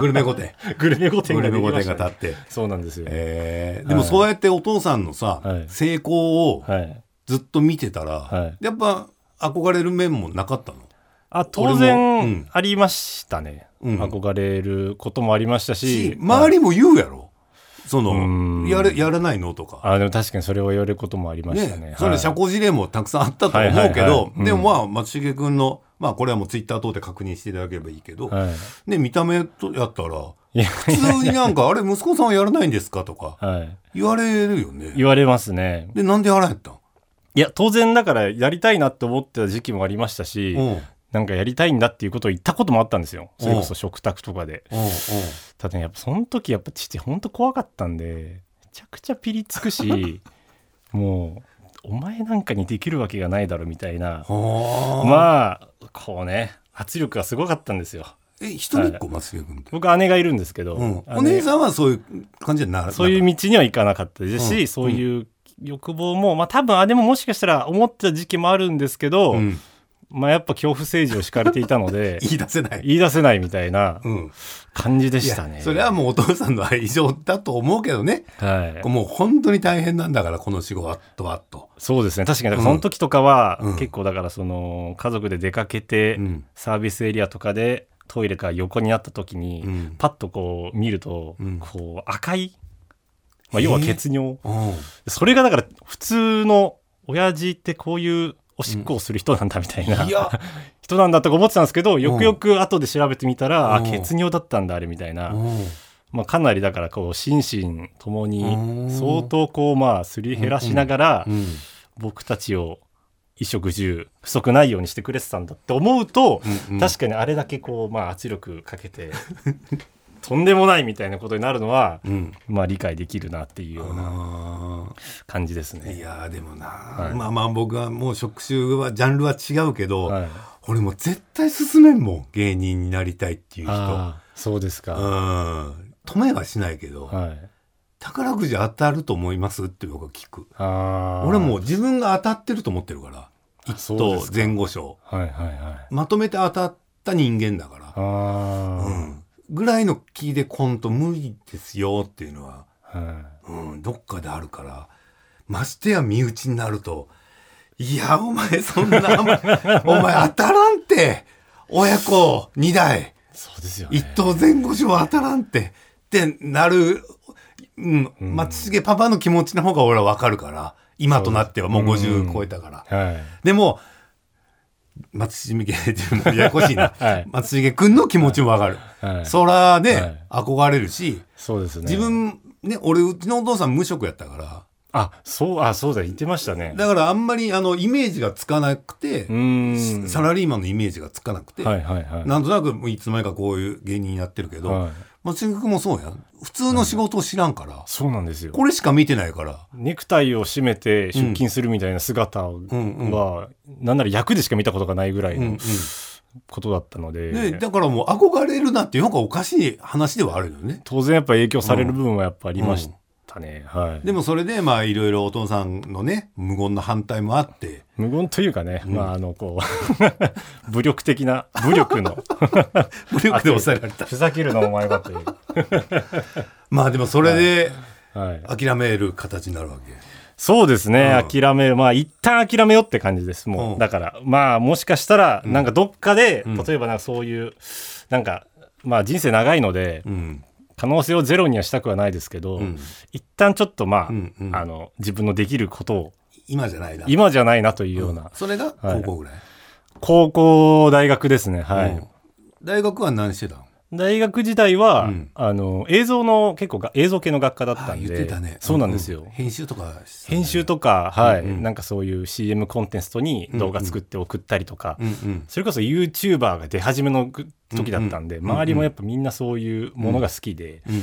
S2: グルメ御
S3: (laughs)
S2: 殿。
S3: グルメ御殿
S2: グル
S3: が
S2: メ
S3: で
S2: 御
S3: きま
S2: 殿
S3: した、
S2: が
S3: ね。
S2: 立って。
S3: そうなんですよ。
S2: えー
S3: い
S2: でもそうやってお父さんのさ、
S3: はい
S2: 成功を
S3: はい。
S2: ずっと見てたら、
S3: はい
S2: やっぱ憧れる面もなかったの
S3: あ、当
S2: 俺もう
S3: 然
S2: ん
S3: ありましたね、
S2: うん
S3: 憧れることもありました
S2: し
S3: し、、
S2: 周りも言うやろ。その、
S3: ん
S2: やれ、やらないのとか。
S3: あ、でも確かにそれを言われることもありましたね。
S2: ね
S3: はい、
S2: それ社交辞令もたくさんあったと思うけ
S3: はいはいは
S2: ど
S3: い、うん
S2: でもまあ松重君のまあこれはもうツイッター等で確認していただければいいけど、
S3: はい。
S2: ね見た目とやったら
S3: いや、
S2: 普通になんか「あれ息子さんはやらないんですか?」とか
S3: はい。
S2: 言われるよね。
S3: 言われますね。
S2: でなんでやらんやったん
S3: いや、当然だからやりたいなって思ってた時期もありましたし、
S2: うんうんうん
S3: なんかやりたいんだっていうことを言ったこともあったんですよ。それこそ食卓とかで。
S2: (laughs)
S3: ただねやっぱその時やっぱ父ほんと怖かったんで、めちゃくちゃピリつくし、もうお前なんかにできるわけがないだろみたいな
S2: はあ。
S3: まあこうね圧力がすごかったんですよ
S2: え、一人っ子、松重君って。
S3: 僕姉がいるんですけど、
S2: うん。
S3: 姉
S2: お姉さんはそういう感じじゃな
S3: そういう道にはいかなかったですし、
S2: うん
S3: そういう欲望もまあ多分姉ももしかしたら思ってた時期もあるんですけど、
S2: うん。
S3: まあやっぱ恐怖政治を敷かれていたので
S2: (laughs) 言い出せない。
S3: 言い出せないみたいな
S2: うん。
S3: 感じで
S2: い
S3: したね
S2: や、それはもうお父さんの愛情だと思うけどね。
S3: はい
S2: もう本当に大変なんだから、この仕事は、とは、と。
S3: そうですね確かにだからその時とかは、
S2: うん
S3: 結構だからその家族で出かけて、
S2: うん。
S3: サービスエリアとかでトイレから横になった時に、
S2: うん
S3: パッとこう見ると、
S2: うん
S3: こう赤い、まあ、要は血尿
S2: うん。
S3: それがだから普通の親父ってこういうおしっこをする人なんだみた (laughs) いな、
S2: いや、
S3: 人なんだとか思ってたんですけどよくよく後で調べてみたら、あ
S2: うん
S3: 血尿だったんだあれみたいな、
S2: うん
S3: まあ、かなりだからこう心身とも
S2: うん
S3: に相当こうまあすり減らしながら
S2: うん。
S3: 僕たちを衣食住不足ないようにしてくれてたんだって思うと、
S2: うん
S3: 確かにあれだけこうまあ圧力かけて (laughs) とんでもないみたいなことになるのは
S2: うん。
S3: まあ理解できるなっていうような
S2: あ
S3: 感じです
S2: ーい
S3: ね。
S2: やーでもな、
S3: い
S2: まあまあ僕はもう職種はジャンルは違うけど、
S3: はい
S2: 俺もう絶対勧めんもん芸人になりたいっていう人
S3: あーそうです
S2: う
S3: か、
S2: ん止めはしないけど、
S3: はい、
S2: 宝くじ当たると思いますって僕は聞く
S3: あー
S2: 俺もう自分が当たってると思ってるから
S3: あ
S2: 一
S3: そうで
S2: 等
S3: すか
S2: 前後賞
S3: はいはいはい
S2: まとめて当たった人間だから、
S3: あ
S2: う
S3: ー
S2: ん、ぐらいの気でコント無理ですよっていうのは、
S3: はい
S2: うん、どっかであるからましてや身内になるといやお前そ
S3: (laughs)
S2: んなお前お前当たらんって親子2代
S3: そうですよね
S2: 一等前後賞当たらんってってなる、うん、松重パパの気持ちの方が俺は分かるから今となってはもう50超えたから、
S3: はい
S2: でも松重家っていうのもややこしいな、
S3: (laughs) はい
S2: 松重君の気持ちも分かる、
S3: はい
S2: そらね、
S3: はい
S2: 憧れるし
S3: そうですね
S2: 自分ね俺うちのお父さん無職やったから
S3: あそうあそうだ言ってましたね
S2: だからあんまりあのイメージがつかなくて、
S3: うーん
S2: サラリーマンのイメージがつかなくて、
S3: はいはいはい
S2: なんとなくもういつまにかこういう芸人になってるけど、
S3: はい、
S2: 松井君もそうやん普通の仕事を知らんから、
S3: そうなんですよ
S2: これしか見てないから
S3: ネクタイを締めて出勤するみたいな姿は、
S2: んうん
S3: なんなら役でしか見たことがないぐらい
S2: うんう
S3: の
S2: ん
S3: ことだったので,、
S2: でだからもう憧れるなっていう方がおかしい話ではあるよね
S3: 当然やっぱ影響される部分はやっぱありましたね、はい
S2: でもそれでまあいろいろお父さんのね無言の反対もあって
S3: 無言というかね、まああのこう (laughs) 武力
S2: (laughs)
S3: 的な武力の
S2: 無力で抑えられた
S3: ふざけるなお前はという、
S2: まあでもそれで
S3: はい、
S2: 諦める形になるわけ、
S3: そうですね、
S2: うん
S3: 諦めるまあ一旦諦めよって感じですもう、
S2: うん
S3: だからまあもしかしたらなんかどっかで、
S2: うん
S3: 例えばなんかそういうなんかまあ人生長いので、
S2: うん
S3: 可能性をゼロにはしたくはないですけど、
S2: うん
S3: 一旦ちょっとまあ,、
S2: うんうん
S3: あの自分のできることを
S2: 今じゃないな
S3: 今じゃないなというような、
S2: それが高校ぐらい、
S3: 高校大学ですねはい、
S2: うん大学は何してたの
S3: 大学時代は、
S2: うん
S3: あの映像の結構が映像系の学科だった
S2: あ
S3: ん
S2: 言っ
S3: で
S2: てたね
S3: そうなんですよ、
S2: 編集とかしてたね
S3: 編集とか、はい、
S2: うんうん
S3: なんかそういう CM コンテンツに動画作って送ったりとか、
S2: うんうん
S3: それこそ YouTuber が出始めの時だったんで、
S2: んうん
S3: 周りもやっぱみんなそういうものが好きで、
S2: うん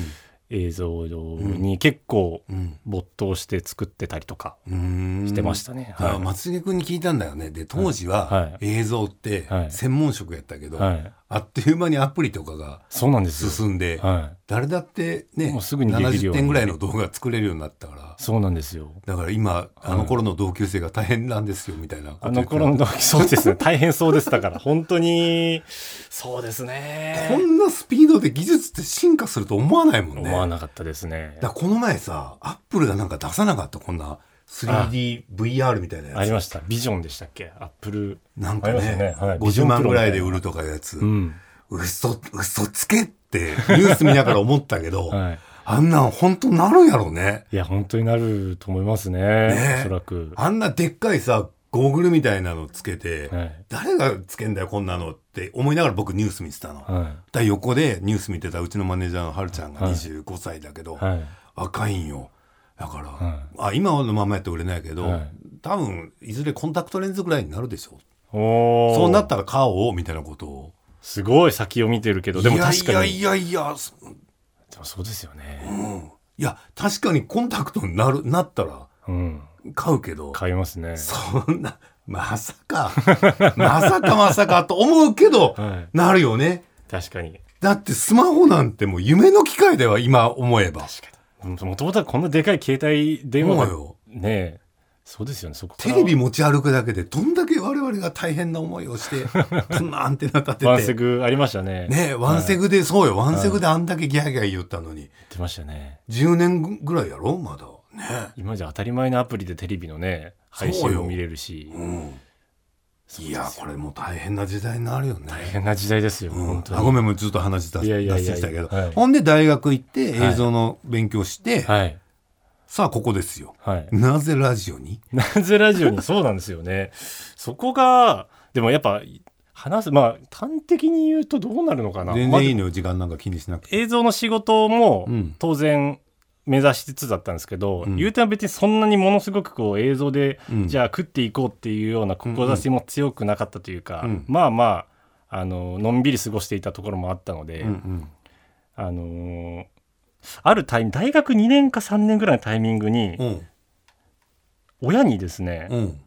S3: 映像に結構
S2: うん
S3: 没頭して作ってたりとか
S2: うーん
S3: してましたね。
S2: だから
S3: は
S2: 松重君に聞いたんだよねで当時
S3: はい
S2: は
S3: は
S2: 映像って
S3: はい
S2: 専門職やったけ
S3: い、
S2: ど、
S3: はい、
S2: あっという間にアプリとかが
S3: そうなんですよ。
S2: 進んで、
S3: はい、
S2: 誰だってね
S3: もうすぐにできるよ
S2: 70
S3: うに
S2: 点ぐらいの動画作れるようになったから
S3: そうなんですよ。
S2: だから今あの頃の同級生が大変なんですよみたいなこと
S3: あ
S2: 言
S3: の
S2: ってた
S3: 頃の時そうですね。大変そうでした
S2: (laughs)
S3: から、本当に、そうですね。
S2: こんなスピードで技術って進化すると思わないもんね
S3: 思わなかったですね。
S2: だからこの前さアップルがなんか出さなかったこんな 3DVR みたいな
S3: あ
S2: や
S3: り
S2: つ
S3: ました。ビジョンでしたっけアップル。
S2: なんか
S3: ありま
S2: ね
S3: すねはいビジ
S2: 50
S3: ョンプロ
S2: 万ぐらいで売るとかいうやつ、
S3: うん。
S2: 嘘嘘つけってニュース見ながら思ったけど、
S3: (laughs) はい。
S2: あんなん本当なるやろね
S3: いや、本当になると思いますね。
S2: ね
S3: おそらく。
S2: あんなでっかいさゴーグルみたいなのつけて、
S3: はい。
S2: 誰がつけんだよこんなのって思いながら僕ニュース見てたの。だか
S3: は
S2: ら横でニュース見てたうちのマネージャーのはるちゃんが
S3: はい
S2: 25歳だけど、
S3: い。はい。
S2: 若いんよだから、
S3: は
S2: あ今のままやって売れないけど、
S3: はい
S2: 多分いずれコンタクトレンズぐらいになるでしょ
S3: おー
S2: そうなったら買おうみたいなことを
S3: すごい先を見てるけど、でも確かに。
S2: いやいやいやいやす
S3: でもそうですよね。
S2: いや確かにコンタクトになるなったら
S3: うん。
S2: 買うけど、
S3: 買いますね。
S2: そんな、まさか、 (laughs) まさかまさかと思うけど、
S3: は
S2: なるよね。
S3: い。確かに。
S2: だってスマホなんてもう夢の機会だよ、今思えば。
S3: もともとはこんなでかい携帯電話
S2: もう
S3: が
S2: よ。
S3: ねえそうですよねそこか
S2: テ
S3: ら
S2: レビ持ち歩くだけでどんだけ我々が大変な思いを
S3: (laughs)
S2: して、こんなアンテナ立
S3: ワ
S2: て
S3: ン
S2: て。
S3: セグありましたね
S2: ねワンセグで、そうよ、ワンセグであんだけギャーギャー言ったのに。
S3: 言ってましたね
S2: 10年ぐらいやろまだ。ね
S3: 今じゃ当たり前のアプリでテレビのね配
S2: そう
S3: 信
S2: よ
S3: を見れるし
S2: うん。い
S3: そう
S2: や
S3: で、すよ
S2: これもう大変な時代になるよね。
S3: 大変な時代ですよ、
S2: うん
S3: 本、当に
S2: あごめんもうずっと話出
S3: いや
S2: し
S3: いや
S2: 出し
S3: い
S2: て
S3: や
S2: きたけど、
S3: はい
S2: ほんで大学行って
S3: はい
S2: 映像の勉強して、
S3: はい
S2: さあここですよ
S3: はい
S2: なぜラジオに
S3: なぜラジオにそうなんですよねそこがでもやっぱ話すまあ端的に言うとどうなるのかな
S2: 全
S3: まあ
S2: 然いいのよ時間なんか気にしなくて
S3: 映像の仕事も
S2: うん
S3: 当然目指しつつだったんですけど、
S2: うん
S3: 言うては別にそんなにものすごくこう映像で、
S2: うん
S3: じゃあ食っていこうっていうような志も強くなかったというか、
S2: うんうん
S3: まあまああののんびり過ごしていたところもあったので、
S2: うんうん
S3: あのーあるタイミング大学2年か3年ぐらいのタイミングに
S2: うん
S3: 親にですね、
S2: うん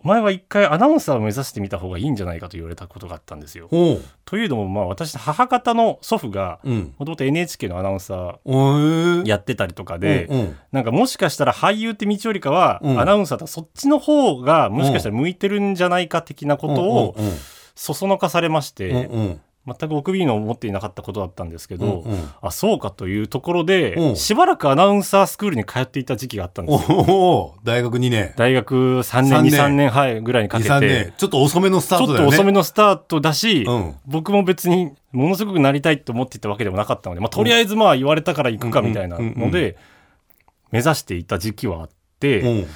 S3: お前は一回アナウンサーを目指してみた方がいいんじゃないかと言われたことがあったんですよ。
S2: おう
S3: というのもまあ私の母方の祖父が
S2: うん
S3: もともと NHK のアナウンサ
S2: おえ
S3: ーやってたりとかで、
S2: うんうん
S3: なんかもしかしたら俳優って道よりかは、
S2: うん
S3: アナウンサーとかそっちの方がもしかしたら向いてるんじゃないか的なことを
S2: うん
S3: そそのかされまして、
S2: うんうん
S3: 全く奥びの思っていなかったことだったんですけ
S2: う
S3: ど、
S2: んうん
S3: あそうかというところで、
S2: うん
S3: しばらくアナウンサースクールに通っていた時期があったんです
S2: お
S3: よ
S2: お大学2年
S3: 大学3年
S2: 三年
S3: 23年はいぐらいにかけ
S2: 23
S3: て
S2: 年ちょっと遅めのス
S3: ち
S2: タート
S3: ょっ
S2: だ
S3: と
S2: よね
S3: 遅め
S2: っ
S3: のスタートだし、
S2: うん
S3: 僕も別にものすごくなりたいと思っていたわけでもなかったので、まあ、とりあえずまあ言われたから行くかみたいな
S2: うんう
S3: の
S2: んうんう
S3: で目指していた時期はあって、
S2: うん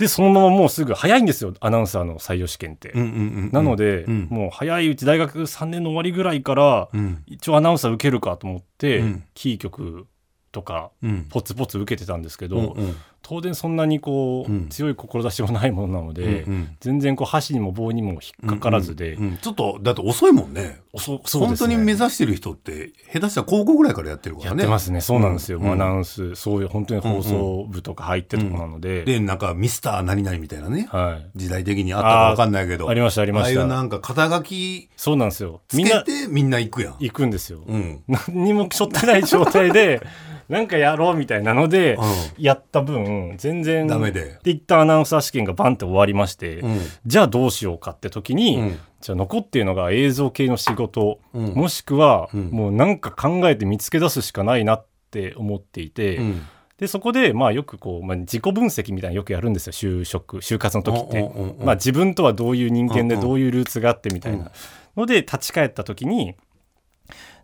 S3: でそのままもうすぐ早いんですよアナウンサーの採用試験って。
S2: うんうんうん
S3: なので、
S2: うん
S3: もう早いうち大学3年の終わりぐらいから、
S2: うん
S3: 一応アナウンサー受けるかと思って、
S2: うん
S3: キー局とか
S2: うん
S3: ポツポツ受けてたんですけど、
S2: うんうん
S3: 当然そんなにこう、
S2: うん
S3: 強い志もないものなので、
S2: うんうん
S3: 全然こう箸にも棒にも引っかからずで、
S2: うんうんちょっとだって遅いもんね
S3: おそそうで
S2: 本
S3: す
S2: 当
S3: ね
S2: に目指してる人って下手したら高校ぐらいからやってるから
S3: やっ
S2: ね
S3: てますねそうなんですよ、
S2: うんう
S3: もうア
S2: ん
S3: ナウンスそういう本当に放送部とか入ってとこなので、
S2: でなんかミスター何々みたいなね
S3: はい、
S2: 時代的にあったかわかんないけど
S3: ありましたありまし
S2: ああいう
S3: た
S2: なんか肩書き
S3: そうなんですよ
S2: つ
S3: みん
S2: け
S3: な
S2: てみんな行くやん
S3: 行くんですよ、
S2: うん
S3: 何にもしょってない状態
S2: (laughs)
S3: でなんかやろうみたいなので、
S2: う
S3: やった分全然
S2: ダメで
S3: 一旦アナウンサー試験がバンって終わりまして、
S2: うん
S3: じゃあどうしようかって時に、
S2: うん
S3: じゃあ残っているのが映像系の仕事、
S2: うん
S3: もしくは、
S2: うん
S3: もうなんか考えて見つけ出すしかないなって思っていて、
S2: うん
S3: でそこでまあよくこう、まあ、自己分析みたいなのよくやるんですよ就職就活の時って、
S2: うんうんうん
S3: まあ、自分とはどういう人間で
S2: うんうん
S3: どういうルーツがあってみたいなので立ち返った時に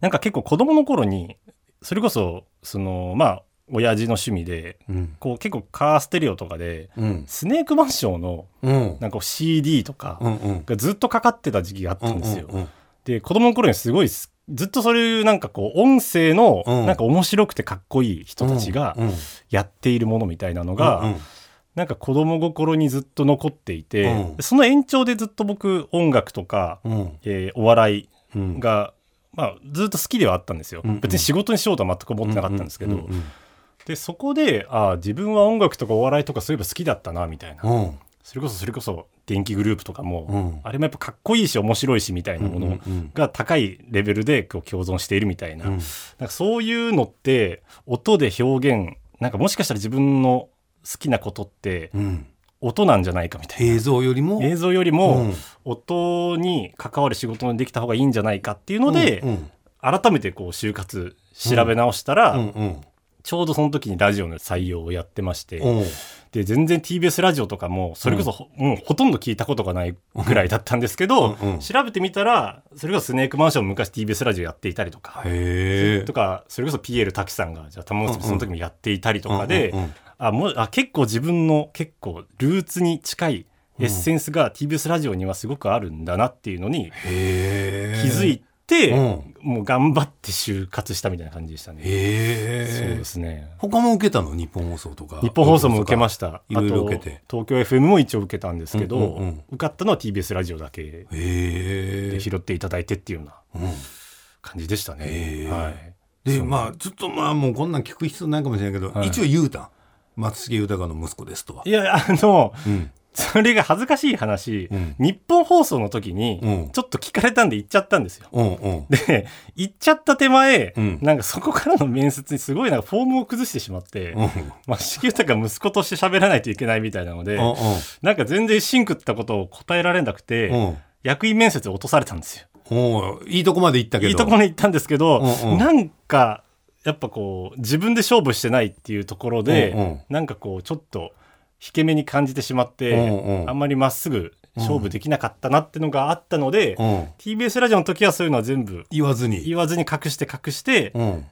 S3: なんか結構子供の頃にそれこそそのまあ親父の趣味で
S2: うん
S3: こう結構カーステレオとかで
S2: うん
S3: スネークマンションの
S2: うん
S3: なんかこう CD とか
S2: うんうん
S3: がずっとかかってた時期があったんですよ。
S2: うん
S3: で子供の頃にすごいすずっとそういうなんかこう音声の
S2: うん
S3: なんか面白くてかっこいい人たちが
S2: うん
S3: やっているものみたいなのが、
S2: うん
S3: なんか子供心にずっと残っていて、
S2: うん
S3: その延長でずっと僕音楽とか、
S2: うん
S3: えーお笑
S2: うん
S3: いが、まあ、ずっと好きではあったんですよ、
S2: うんうん
S3: 別に仕事にしようとは全く思ってなかったんですけど、
S2: うんうん
S3: でそこでああ自分は音楽とかお笑いとかそういえば好きだったなみたいな、
S2: うん
S3: それこそそれこそ電気グループとかも、
S2: うん
S3: あれもやっぱかっこいいし面白いしみたいなも
S2: うん
S3: の
S2: うんうん
S3: が高いレベルでこう共存しているみたいな,、
S2: うん
S3: なんかそういうのって音で表現なんかもしかしたら自分の好きなことって
S2: うん
S3: 音なんじゃないかみたい
S2: 映像よりも
S3: な映像より
S2: う
S3: も
S2: ん
S3: 音に関わる仕事にできた方がいいんじゃないかっていうので、
S2: うんうん
S3: 改めてこう就活調べ直したら、
S2: うんうん
S3: ちょうどその時にラジオの採用をやってまして、
S2: うん
S3: で全然 TBS ラジオとかもそれこそほ、もうほとんど聞いたことがないぐらいだったんですけど、
S2: うんうん
S3: 調べてみたらそれこそスネークマンションも昔 TBS ラジオやっていたりとか、
S2: へえ
S3: とかそれこそ PL 滝さんがじゃあ玉結びその時もやっていたりとかで、
S2: うんうんうん
S3: あもうあ結構自分の結構ルーツに近いエッセンスが TBS ラジオにはすごくあるんだなっていうのに
S2: へえ
S3: 気づいて、
S2: うん
S3: もう頑張って就活したみたいな感じでしたね。
S2: へえ
S3: そうですね
S2: 他も受けたの日本放送とか
S3: 日本放送も受けま
S2: し
S3: した。
S2: いろいろ受けて
S3: あと東京 FM も一応受けたんですけど、
S2: うんうんうん
S3: 受かったのは TBS ラジオだけ
S2: たへえ
S3: で拾っていただいてっていうような
S2: うん
S3: 感じでした
S2: へ
S3: ね。
S2: え
S3: はい。
S2: でまあちょっとまあもうこんなん聞く必要ないかもしれないけど、
S3: はい
S2: 一応言うたん松重豊の息子ですとは。
S3: いや、あの、
S2: うん。
S3: それが恥ずかしい話、
S2: うん
S3: 日本放送の時
S2: うん
S3: に、ちょっと聞かれたんで言っちゃったんですよ。
S2: うんうん。
S3: で、行っちゃった手前、
S2: うん
S3: なんかそこからの面接にすごいなんかフォームを崩してしまって、
S2: うんうん
S3: まあ、重豊が息子として喋らないといけないみたいなので、なんか全然シンクったことを答えられなくて、
S2: うんうん。
S3: 役員面接を落とされたんですよ。
S2: おーいいとこまで行ったけど。
S3: いいとこまで行ったんですけど、
S2: うんうん
S3: なんかやっぱこう自分で勝負してないっていうところで、
S2: うんうん
S3: なんかこうちょっと引け目に感じてしまって、
S2: うんうん
S3: あんまりまっすぐ勝負できなかったなってのがあったので、
S2: うん。
S3: TBS ラジオの時はそういうのは全部
S2: 言わずに。
S3: 言わずに隠して隠して
S2: うん。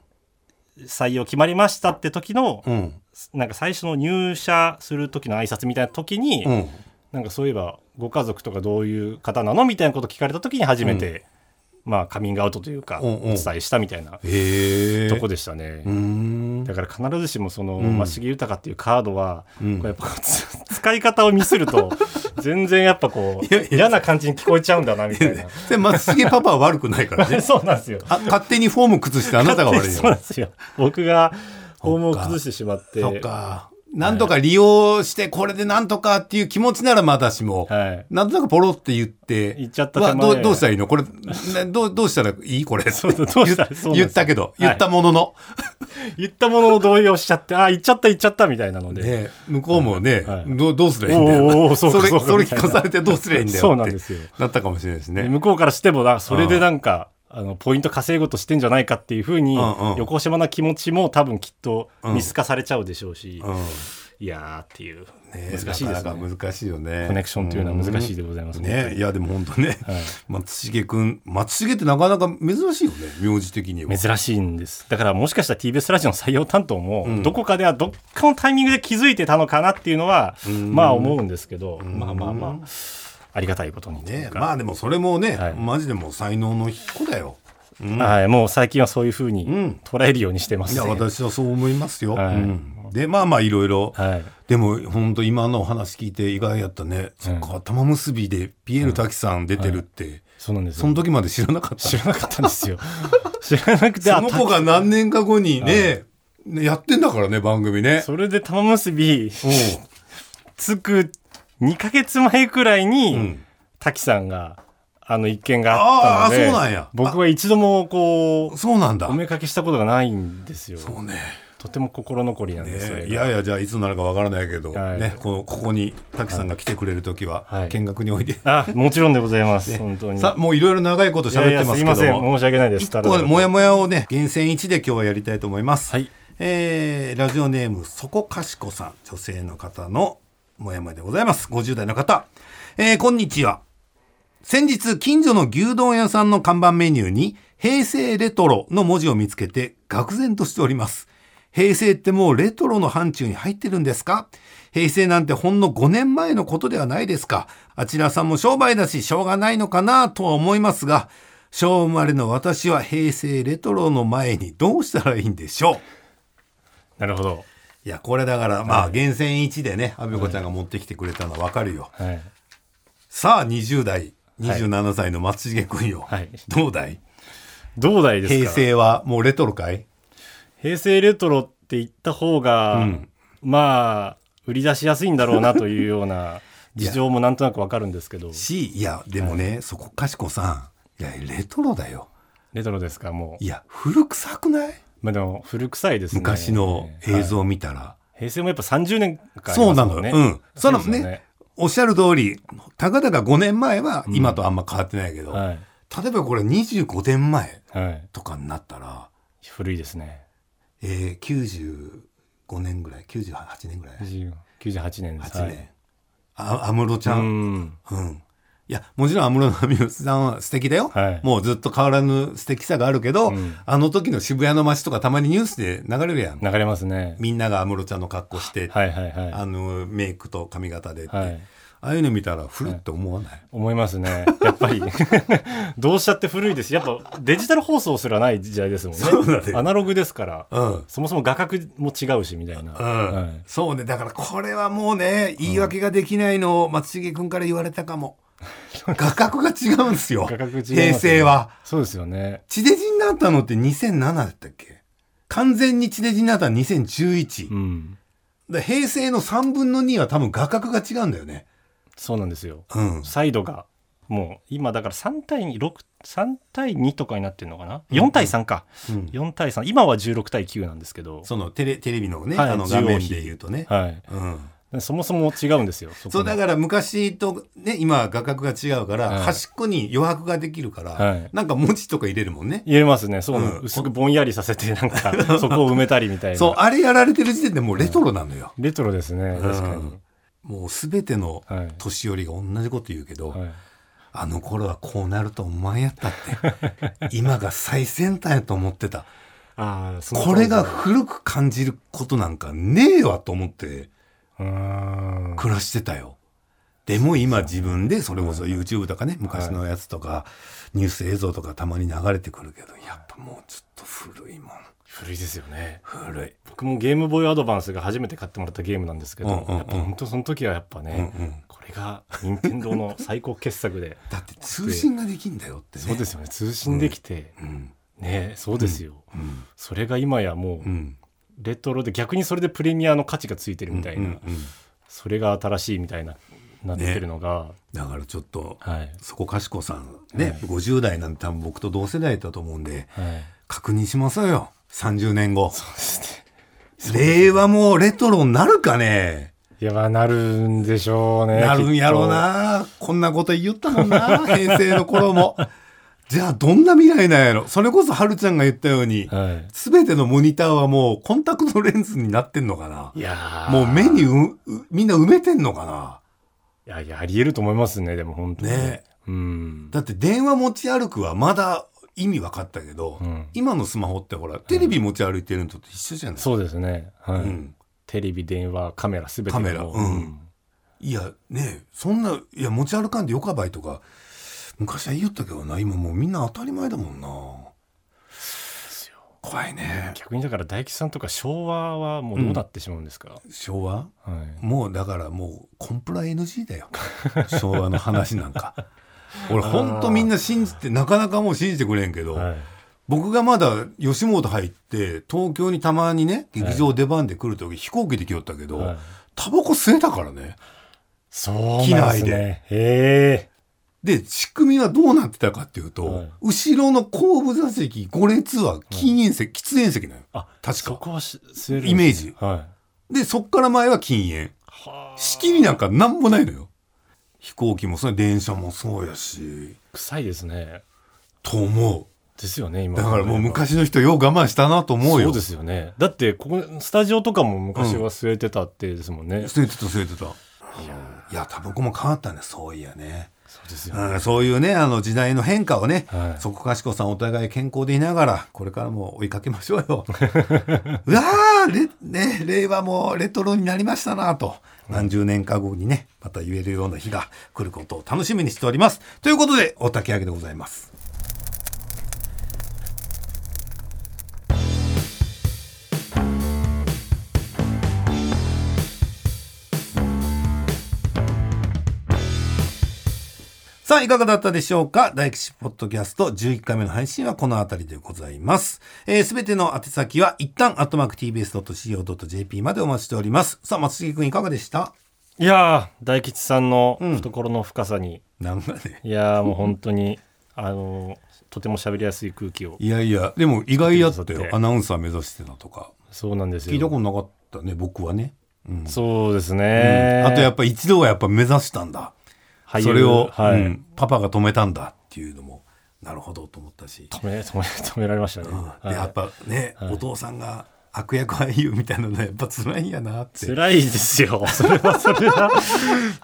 S3: 採用決まりましたって時の、
S2: うん。
S3: なんか最初の入社する時の挨拶みたいな時に、
S2: うん。
S3: なんかそういえばご家族とかどういう方なのみたいなこと聞かれた時に初めて、まあカミングアウトというか、
S2: うんうん
S3: お伝えしたみたいな
S2: へえ。
S3: とこでしたね
S2: うー。ん
S3: だ。から必ずしもその、
S2: うん
S3: まあ、重豊っていうカードは、
S2: うん
S3: こうやっぱこうつ (laughs) 使い方をミスると全然やっぱこ
S2: いやいや
S3: う嫌な感じに聞こえちゃうんだなみたいな
S2: で、松重パパは悪くないからね。
S3: (laughs) そうなんですよ
S2: あ、勝手にフォーム崩してあなたが悪い
S3: そうなん
S2: よ。
S3: ですよ僕が訪問を崩してしまって
S2: そっか。なんとか利用して、これでなんとかっていう気持ちならまだしも、
S3: はい
S2: なんとなくポロって言って、
S3: 言っちゃった
S2: は
S3: 手前
S2: どうどうしたらいいのこれ、ねどう、どうしたらいいこれ。
S3: そうそうどうしたらそうなんですよ
S2: 言ったけど、言った
S3: は
S2: ものの。
S3: い言ったものの同意をしちゃってああ言っちゃった言っちゃったみたいなので、
S2: ね、向こうもね、
S3: はい
S2: どうどうすればいいんだよ
S3: おうおうそうか
S2: れ
S3: そうか
S2: それ
S3: みた
S2: 聞
S3: いな
S2: かされてどうすればいいんだよって
S3: そうなんですよ
S2: なったかもしれないです
S3: で
S2: ね。
S3: 向こうからしてもなそれでなんかあのポイント稼ごうとしてんじゃないかっていうふうに、
S2: うんうん
S3: 横島な気持ちも多分きっと見透かされちゃうでしょうし、
S2: うん
S3: いやーっていう、
S2: ね
S3: 難しいで
S2: な
S3: す
S2: か
S3: ね
S2: なか難しいよね。
S3: コネクションというのは難しいでございます
S2: うんね、いやでも本当ね、
S3: はい
S2: 松重くん松重ってなかなか珍しいよね名字的には。
S3: 珍しいんですだからもしかしたら TBS ラジオの採用担当も、
S2: うん
S3: どこかではどっかのタイミングで気づいてたのかなっていうのは、
S2: ん
S3: まあ思うんですけど、まあまあまあありがたいことにとい
S2: ね
S3: う、か
S2: まあでもそれもね、
S3: はい
S2: マジでもう才能の一個だよ。
S3: はい、もう最近はそういうふうに
S2: ん
S3: 捉えるようにしてます
S2: い
S3: ね、
S2: や私はそう思いますよ。
S3: はい
S2: うんでまあまあいろいろ。
S3: はい
S2: でも本当今のお話聞いて意外やったね、そっか玉結びでピエール滝さん出てるって、
S3: そうなんですよ
S2: その時まで知らなかった
S3: 知らなかったんですよ (laughs) 知らなくて
S2: そ
S3: あ
S2: の子が何年か後にね、ねやってんだからね、番組ね。
S3: (laughs) それで玉結び
S2: うん
S3: つく2ヶ月前くらいに、
S2: うん
S3: 滝さんがあの一件があったので
S2: あーそうなんや
S3: 僕は一度もこう
S2: そうなんだ
S3: お。目かけしたことがないんですよ
S2: そうね。
S3: とても心残りなんですよ、
S2: ねいやいや、じゃあいつになるかわからないけど、
S3: はい
S2: ね、このここに滝さんが来てくれる時は、
S3: はい
S2: 見学においで。
S3: あもちろんでござい
S2: (laughs)
S3: ます、本当に
S2: さあ、もういろいろ長いこと
S3: いやい
S2: 喋っ
S3: や
S2: てますす
S3: いま
S2: け
S3: せん
S2: ども。
S3: 申し訳ないです
S2: 一個、もやもやをね、厳選1で今日はやりたいと思います。
S3: はい
S2: えーラジオネーム、そこかしこさん、女性の方のもやもやでございます。50代の方。えーこんにちは。先日、近所の牛丼屋さんの看板メニューに、平成レトロの文字を見つけて、愕然としております。平成ってもうレトロの範疇に入ってるんですか平成なんてほんの5年前のことではないですかあちらさんも商売だし、しょうがないのかなとは思いますが、昭和生まれの私は平成レトロの前にどうしたらいいんでしょう
S3: なるほど、
S2: いや、これだから、まあ、厳選1でね、阿部子ちゃんが持ってきてくれたのはわかるよ。
S3: はい、
S2: さあ、20代、27歳の松重君よ。
S3: はい
S2: どうだい
S3: どうだいですか
S2: 平成はもうレトロかい
S3: 平成レトロって言った方が、
S2: ん
S3: まあ売り出しやすいんだろうなというよう
S2: (laughs)
S3: な
S2: や
S3: 事情もなんとなくわかるんですけど
S2: し、いや、でもね、そこかしこさん、いや、レトロだよ。
S3: レトロですかもう
S2: いや、古臭くない
S3: まあでも古臭いですね
S2: 昔の映像を見たら。
S3: 平成もやっぱ30年間あり
S2: そう
S3: ます
S2: な
S3: も
S2: の
S3: んね
S2: よ。うん。その
S3: うですよ
S2: ね、おっしゃる通り、たかだか5年前は今とあんま変わってないけど、
S3: はい
S2: 例えばこれ25年前
S3: はい
S2: とかになったら、
S3: 古いですね
S2: えー、95年ぐらい、98年ぐらい、
S3: 98年です
S2: 8
S3: はい
S2: 年。あ安室ちゃ
S3: うんん
S2: うん。いや、もちろん安室奈美恵さんは素敵だよ、
S3: はい
S2: もうずっと変わらぬ素敵さがあるけど、
S3: うん
S2: あの時の渋谷の街とかたまにニュースで流れるやん。
S3: 流れますね
S2: みんなが安室ちゃんの格好して、
S3: はいはいは
S2: あの、メイクと髪型でって、
S3: いは
S2: あ
S3: い
S2: あいうの見たら、古って思わない、
S3: 思いますねやっぱ
S2: (laughs)
S3: りどうしたって古いですやっぱデジタル放送すらない時代ですもん
S2: そうだね
S3: ねアナログですから
S2: うん。
S3: そもそも画角も違うしみたいな、
S2: うん
S3: はい
S2: そうね。だからこれはもうね、言い訳ができないのを松重君から言われたか
S3: (laughs)
S2: も。画角が違うんですよ。
S3: 画角違いますね
S2: 平成は。
S3: そうですよね
S2: 地デジになったのって2007だったっけ完全に地デジになったのは2011。
S3: うん
S2: で平成の3分の2は多分画角が違うんだよね。
S3: そうなんですよ。
S2: うん。
S3: サイドが、もう今だから3対2、6、3対2とかになってるのかな ?4 対3か。
S2: うん
S3: 4対3。今は16対9なんですけど。
S2: そのテレテレビのね、
S3: はい
S2: あの
S3: 中央
S2: 画
S3: 比
S2: 面で言うとね。
S3: はい。
S2: うん。
S3: そもそも違うんですよ。そ
S2: そうだ
S3: が
S2: から昔とね今は画角が違うから、
S3: はい
S2: 端っこに余白ができるから、
S3: はい
S2: なんか文字とか入れるもんね。
S3: 言えますね。そ
S2: う
S3: う、
S2: ん
S3: 薄くぼんやりさせて、なん
S2: (laughs)
S3: か、そこを埋めたりみたいな。
S2: そうあれやられてる時点でもうレトロなのよ。
S3: レトロですね。確かに。
S2: もう全ての
S3: はい
S2: 年寄りが同じこと言うけど、
S3: はい。
S2: あの頃はこうなると思わんやった
S3: (laughs)
S2: って今が最先端やと思ってた
S3: ああ、その
S2: これが古く感じることなんかねえわと思って
S3: うーん。
S2: 暮らしてたよでも今自分でそれこそ YouTube とかね昔のやつとかニュース映像とかたまに流れてくるけどやっぱもうちょっと古いもん
S3: 古いですよね。
S2: 古い
S3: 僕もゲームボーイアドバンスが初めて買ってもらったゲームなんですけど、
S2: うんうんうん
S3: やっぱ本当その時はやっぱね、
S2: うんうん
S3: これが任天堂の最高傑
S2: (laughs)
S3: 作で
S2: だって通信ができんだよってね
S3: そうですよね通信できて、
S2: うん
S3: ねそうですよ、
S2: うん
S3: それが今や
S2: う
S3: もうんレトロで逆にそれでプレミアの価値がついてるみたいな、
S2: うんうん
S3: それが新しいみたいななってるのが、
S2: だからちょっと
S3: はい、
S2: そこかしこさんね、
S3: はい
S2: 50代なんて多分僕と同世代だと思うんで
S3: (laughs) はい、
S2: 確認しましょうよ30年後
S3: そうですね
S2: 令和もレトロになるかね
S3: いやまあなるんでしょうね
S2: なるんやろうなこんなこと言ったもんな平成の頃も (laughs) じゃあどんな未来なんやろそれこそはるちゃんが言ったように
S3: きっとはい
S2: 全てのモニターはもうコンタクトレンズになってんのかない
S3: やー
S2: もう目にううみんな埋めてんのかない
S3: やいやありえると思いますねでも本当に
S2: ね
S3: うん
S2: だって電話持ち歩くはまだ意味分かったけど、
S3: うん
S2: 今のスマホってほらテレビ持ち歩いてるのと一緒じゃない、
S3: そうですね、は
S2: う
S3: い
S2: ん
S3: テレビ電話カメラすべて
S2: カメラ
S3: も
S2: うんいやねえそんないや持ち歩かんでよかばいとか昔は言ったけどな今もうみんな当たり前だもんな
S3: すよ
S2: 怖いね
S3: 逆にだから大吉さんとか昭和はもうどうなってしまうんですか、
S2: 昭和
S3: はい、
S2: もうだからもうコンプラ NG だよ (laughs) 昭和の話なん
S3: (laughs)
S2: か俺ほんとみんな信じてなかなかもう信じてくれんけど、
S3: はい
S2: 僕がまだ吉本入って東京にたまにね劇場出番で来る時、飛行機で来よったけど、
S3: はい
S2: タバコ吸えたからね
S3: そうなんです
S2: 機内
S3: ねへえ
S2: で仕組みはどうなってたかっていうと、
S3: はい
S2: 後ろの後部座席5列は禁煙席、喫煙席なのよ
S3: あ
S2: 確
S3: そ
S2: か
S3: こはし吸えるんですね
S2: イメージ
S3: は
S2: でそっから前は禁煙
S3: いはあ
S2: 仕切りなんかなんもないのよ飛行機もそう電車もそうやし
S3: 臭いですね
S2: と思
S3: ですよね
S2: う
S3: 今
S2: だからもう昔の人よう我慢したなと思うよ
S3: そうですよねだってここスタジオとかも昔は吸えてたってですもんね、
S2: 吸えてた吸えてた
S3: いやー
S2: いやタバコも変わったねそういやね
S3: そうですよね、
S2: うん、そういうね、あの時代の変化をね、
S3: はい
S2: そこかしこさんお互い健康でいながら、これからも追いかけましょうよ。 (laughs) うわーレ、ね、令和もレトロになりましたなと。何十年か後にね、また言えるような日が来ることを楽しみにしております。ということで、お焚き上げでございます。さあ、いかがだったでしょうか大吉ポッドキャスト11回目の配信はこのあたりでございます。えすべての宛先は一旦、アットマーク tbs.co.jp までお待ちしております。さあ、松重くんいかがでした
S3: いやー大吉さんの懐の深さに、
S2: なんかね。
S3: いやーもう本当に (laughs) あのとても喋りやすい空気を
S2: いやいや、でも意外やった
S3: だって
S2: よ。アナウンサー目指してたとか。
S3: そうなんですよ
S2: 聞いたことなかったね、僕はね。うん。
S3: そうですね、
S2: あとやっぱ一度はやっぱ目指したんだ。
S3: 俳優
S2: それを、
S3: はい
S2: うんパパが止めたんだっていうのも、なるほどと思ったし。
S3: 止め (laughs) 止め止められましたね、
S2: でやっぱね、お父さんが悪役俳優みたいなのは (laughs) やっぱ辛いんやなって
S3: 辛いですよ (laughs) それはそれは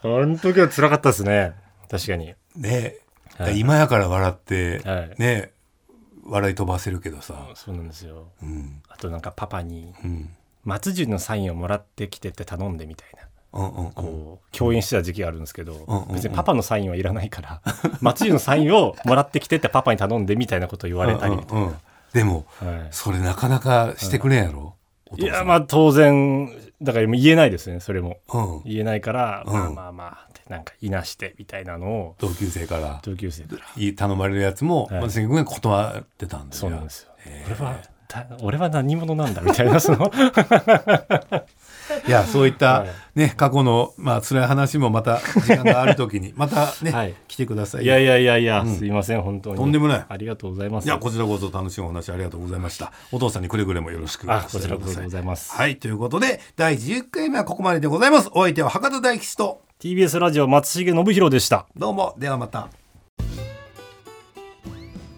S3: あの時は辛かったですね確かに
S2: ね、
S3: はい
S2: 今やから笑って、
S3: はい
S2: ね笑い飛ばせるけどさ、
S3: そうなんですよ
S2: うん
S3: あとなんかパパに
S2: うん、
S3: 松潤のサインをもらってきてって頼んでみたいな
S2: うんうんうん
S3: こう共演してた時期があるんですけど、
S2: うんうん
S3: 別にパパのサインはいらないから、 (laughs) 松潤のサインをもらってきてってパパに頼んでみたいなこと言われたりみた
S2: う
S3: いな
S2: んうんうんでも、
S3: はい
S2: それなかなかしてくれんやろ、お
S3: い
S2: 父さ
S3: や
S2: ん
S3: まあ当然だから言えないですねそれも
S2: うん、
S3: 言えないから、
S2: うん
S3: まあまあまあってなんかいなしてみたいなのを
S2: 同級生から
S3: 同級生から
S2: いい頼まれるやつも
S3: はい
S2: 松重君が断ってたんだよ
S3: そうなんですよ、これはた俺は何者なんだみたいなその
S2: いやそういった、
S3: はい
S2: ね、過去の、まあ辛い話もまた時間があるとき
S3: (laughs)
S2: にまたね、
S3: はい
S2: 来てください
S3: (laughs) いやいやいやいや、すいません本当に
S2: とんでもない
S3: ありがとうございます
S2: いやこちらこそ楽しいお話ありがとうございましたお父さんにくれぐれもよろしくお
S3: あ
S2: 伝
S3: こ
S2: え
S3: ち
S2: くだ
S3: ら
S2: さ
S3: こそございます、
S2: はいということで第10回目はここまででございますお相手は博多大吉と
S3: TBS ラジオ松重信弘でした
S2: どうもではまた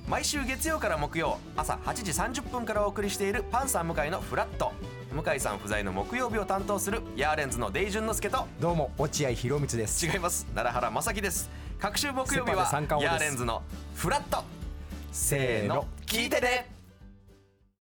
S1: 毎週月曜から木曜朝8時30分からお送りしているパンサー向井のフラット向井さん不在の木曜日を担当するヤーレンズのデイジュンの之介と
S4: どうも落合博満です
S1: 違います奈良原正樹です各週木曜日
S4: セパ
S1: は
S4: で三冠王
S1: ヤ
S4: で
S1: ー
S4: す
S1: レンズのフラットせ
S4: せ
S1: ーの聞いてね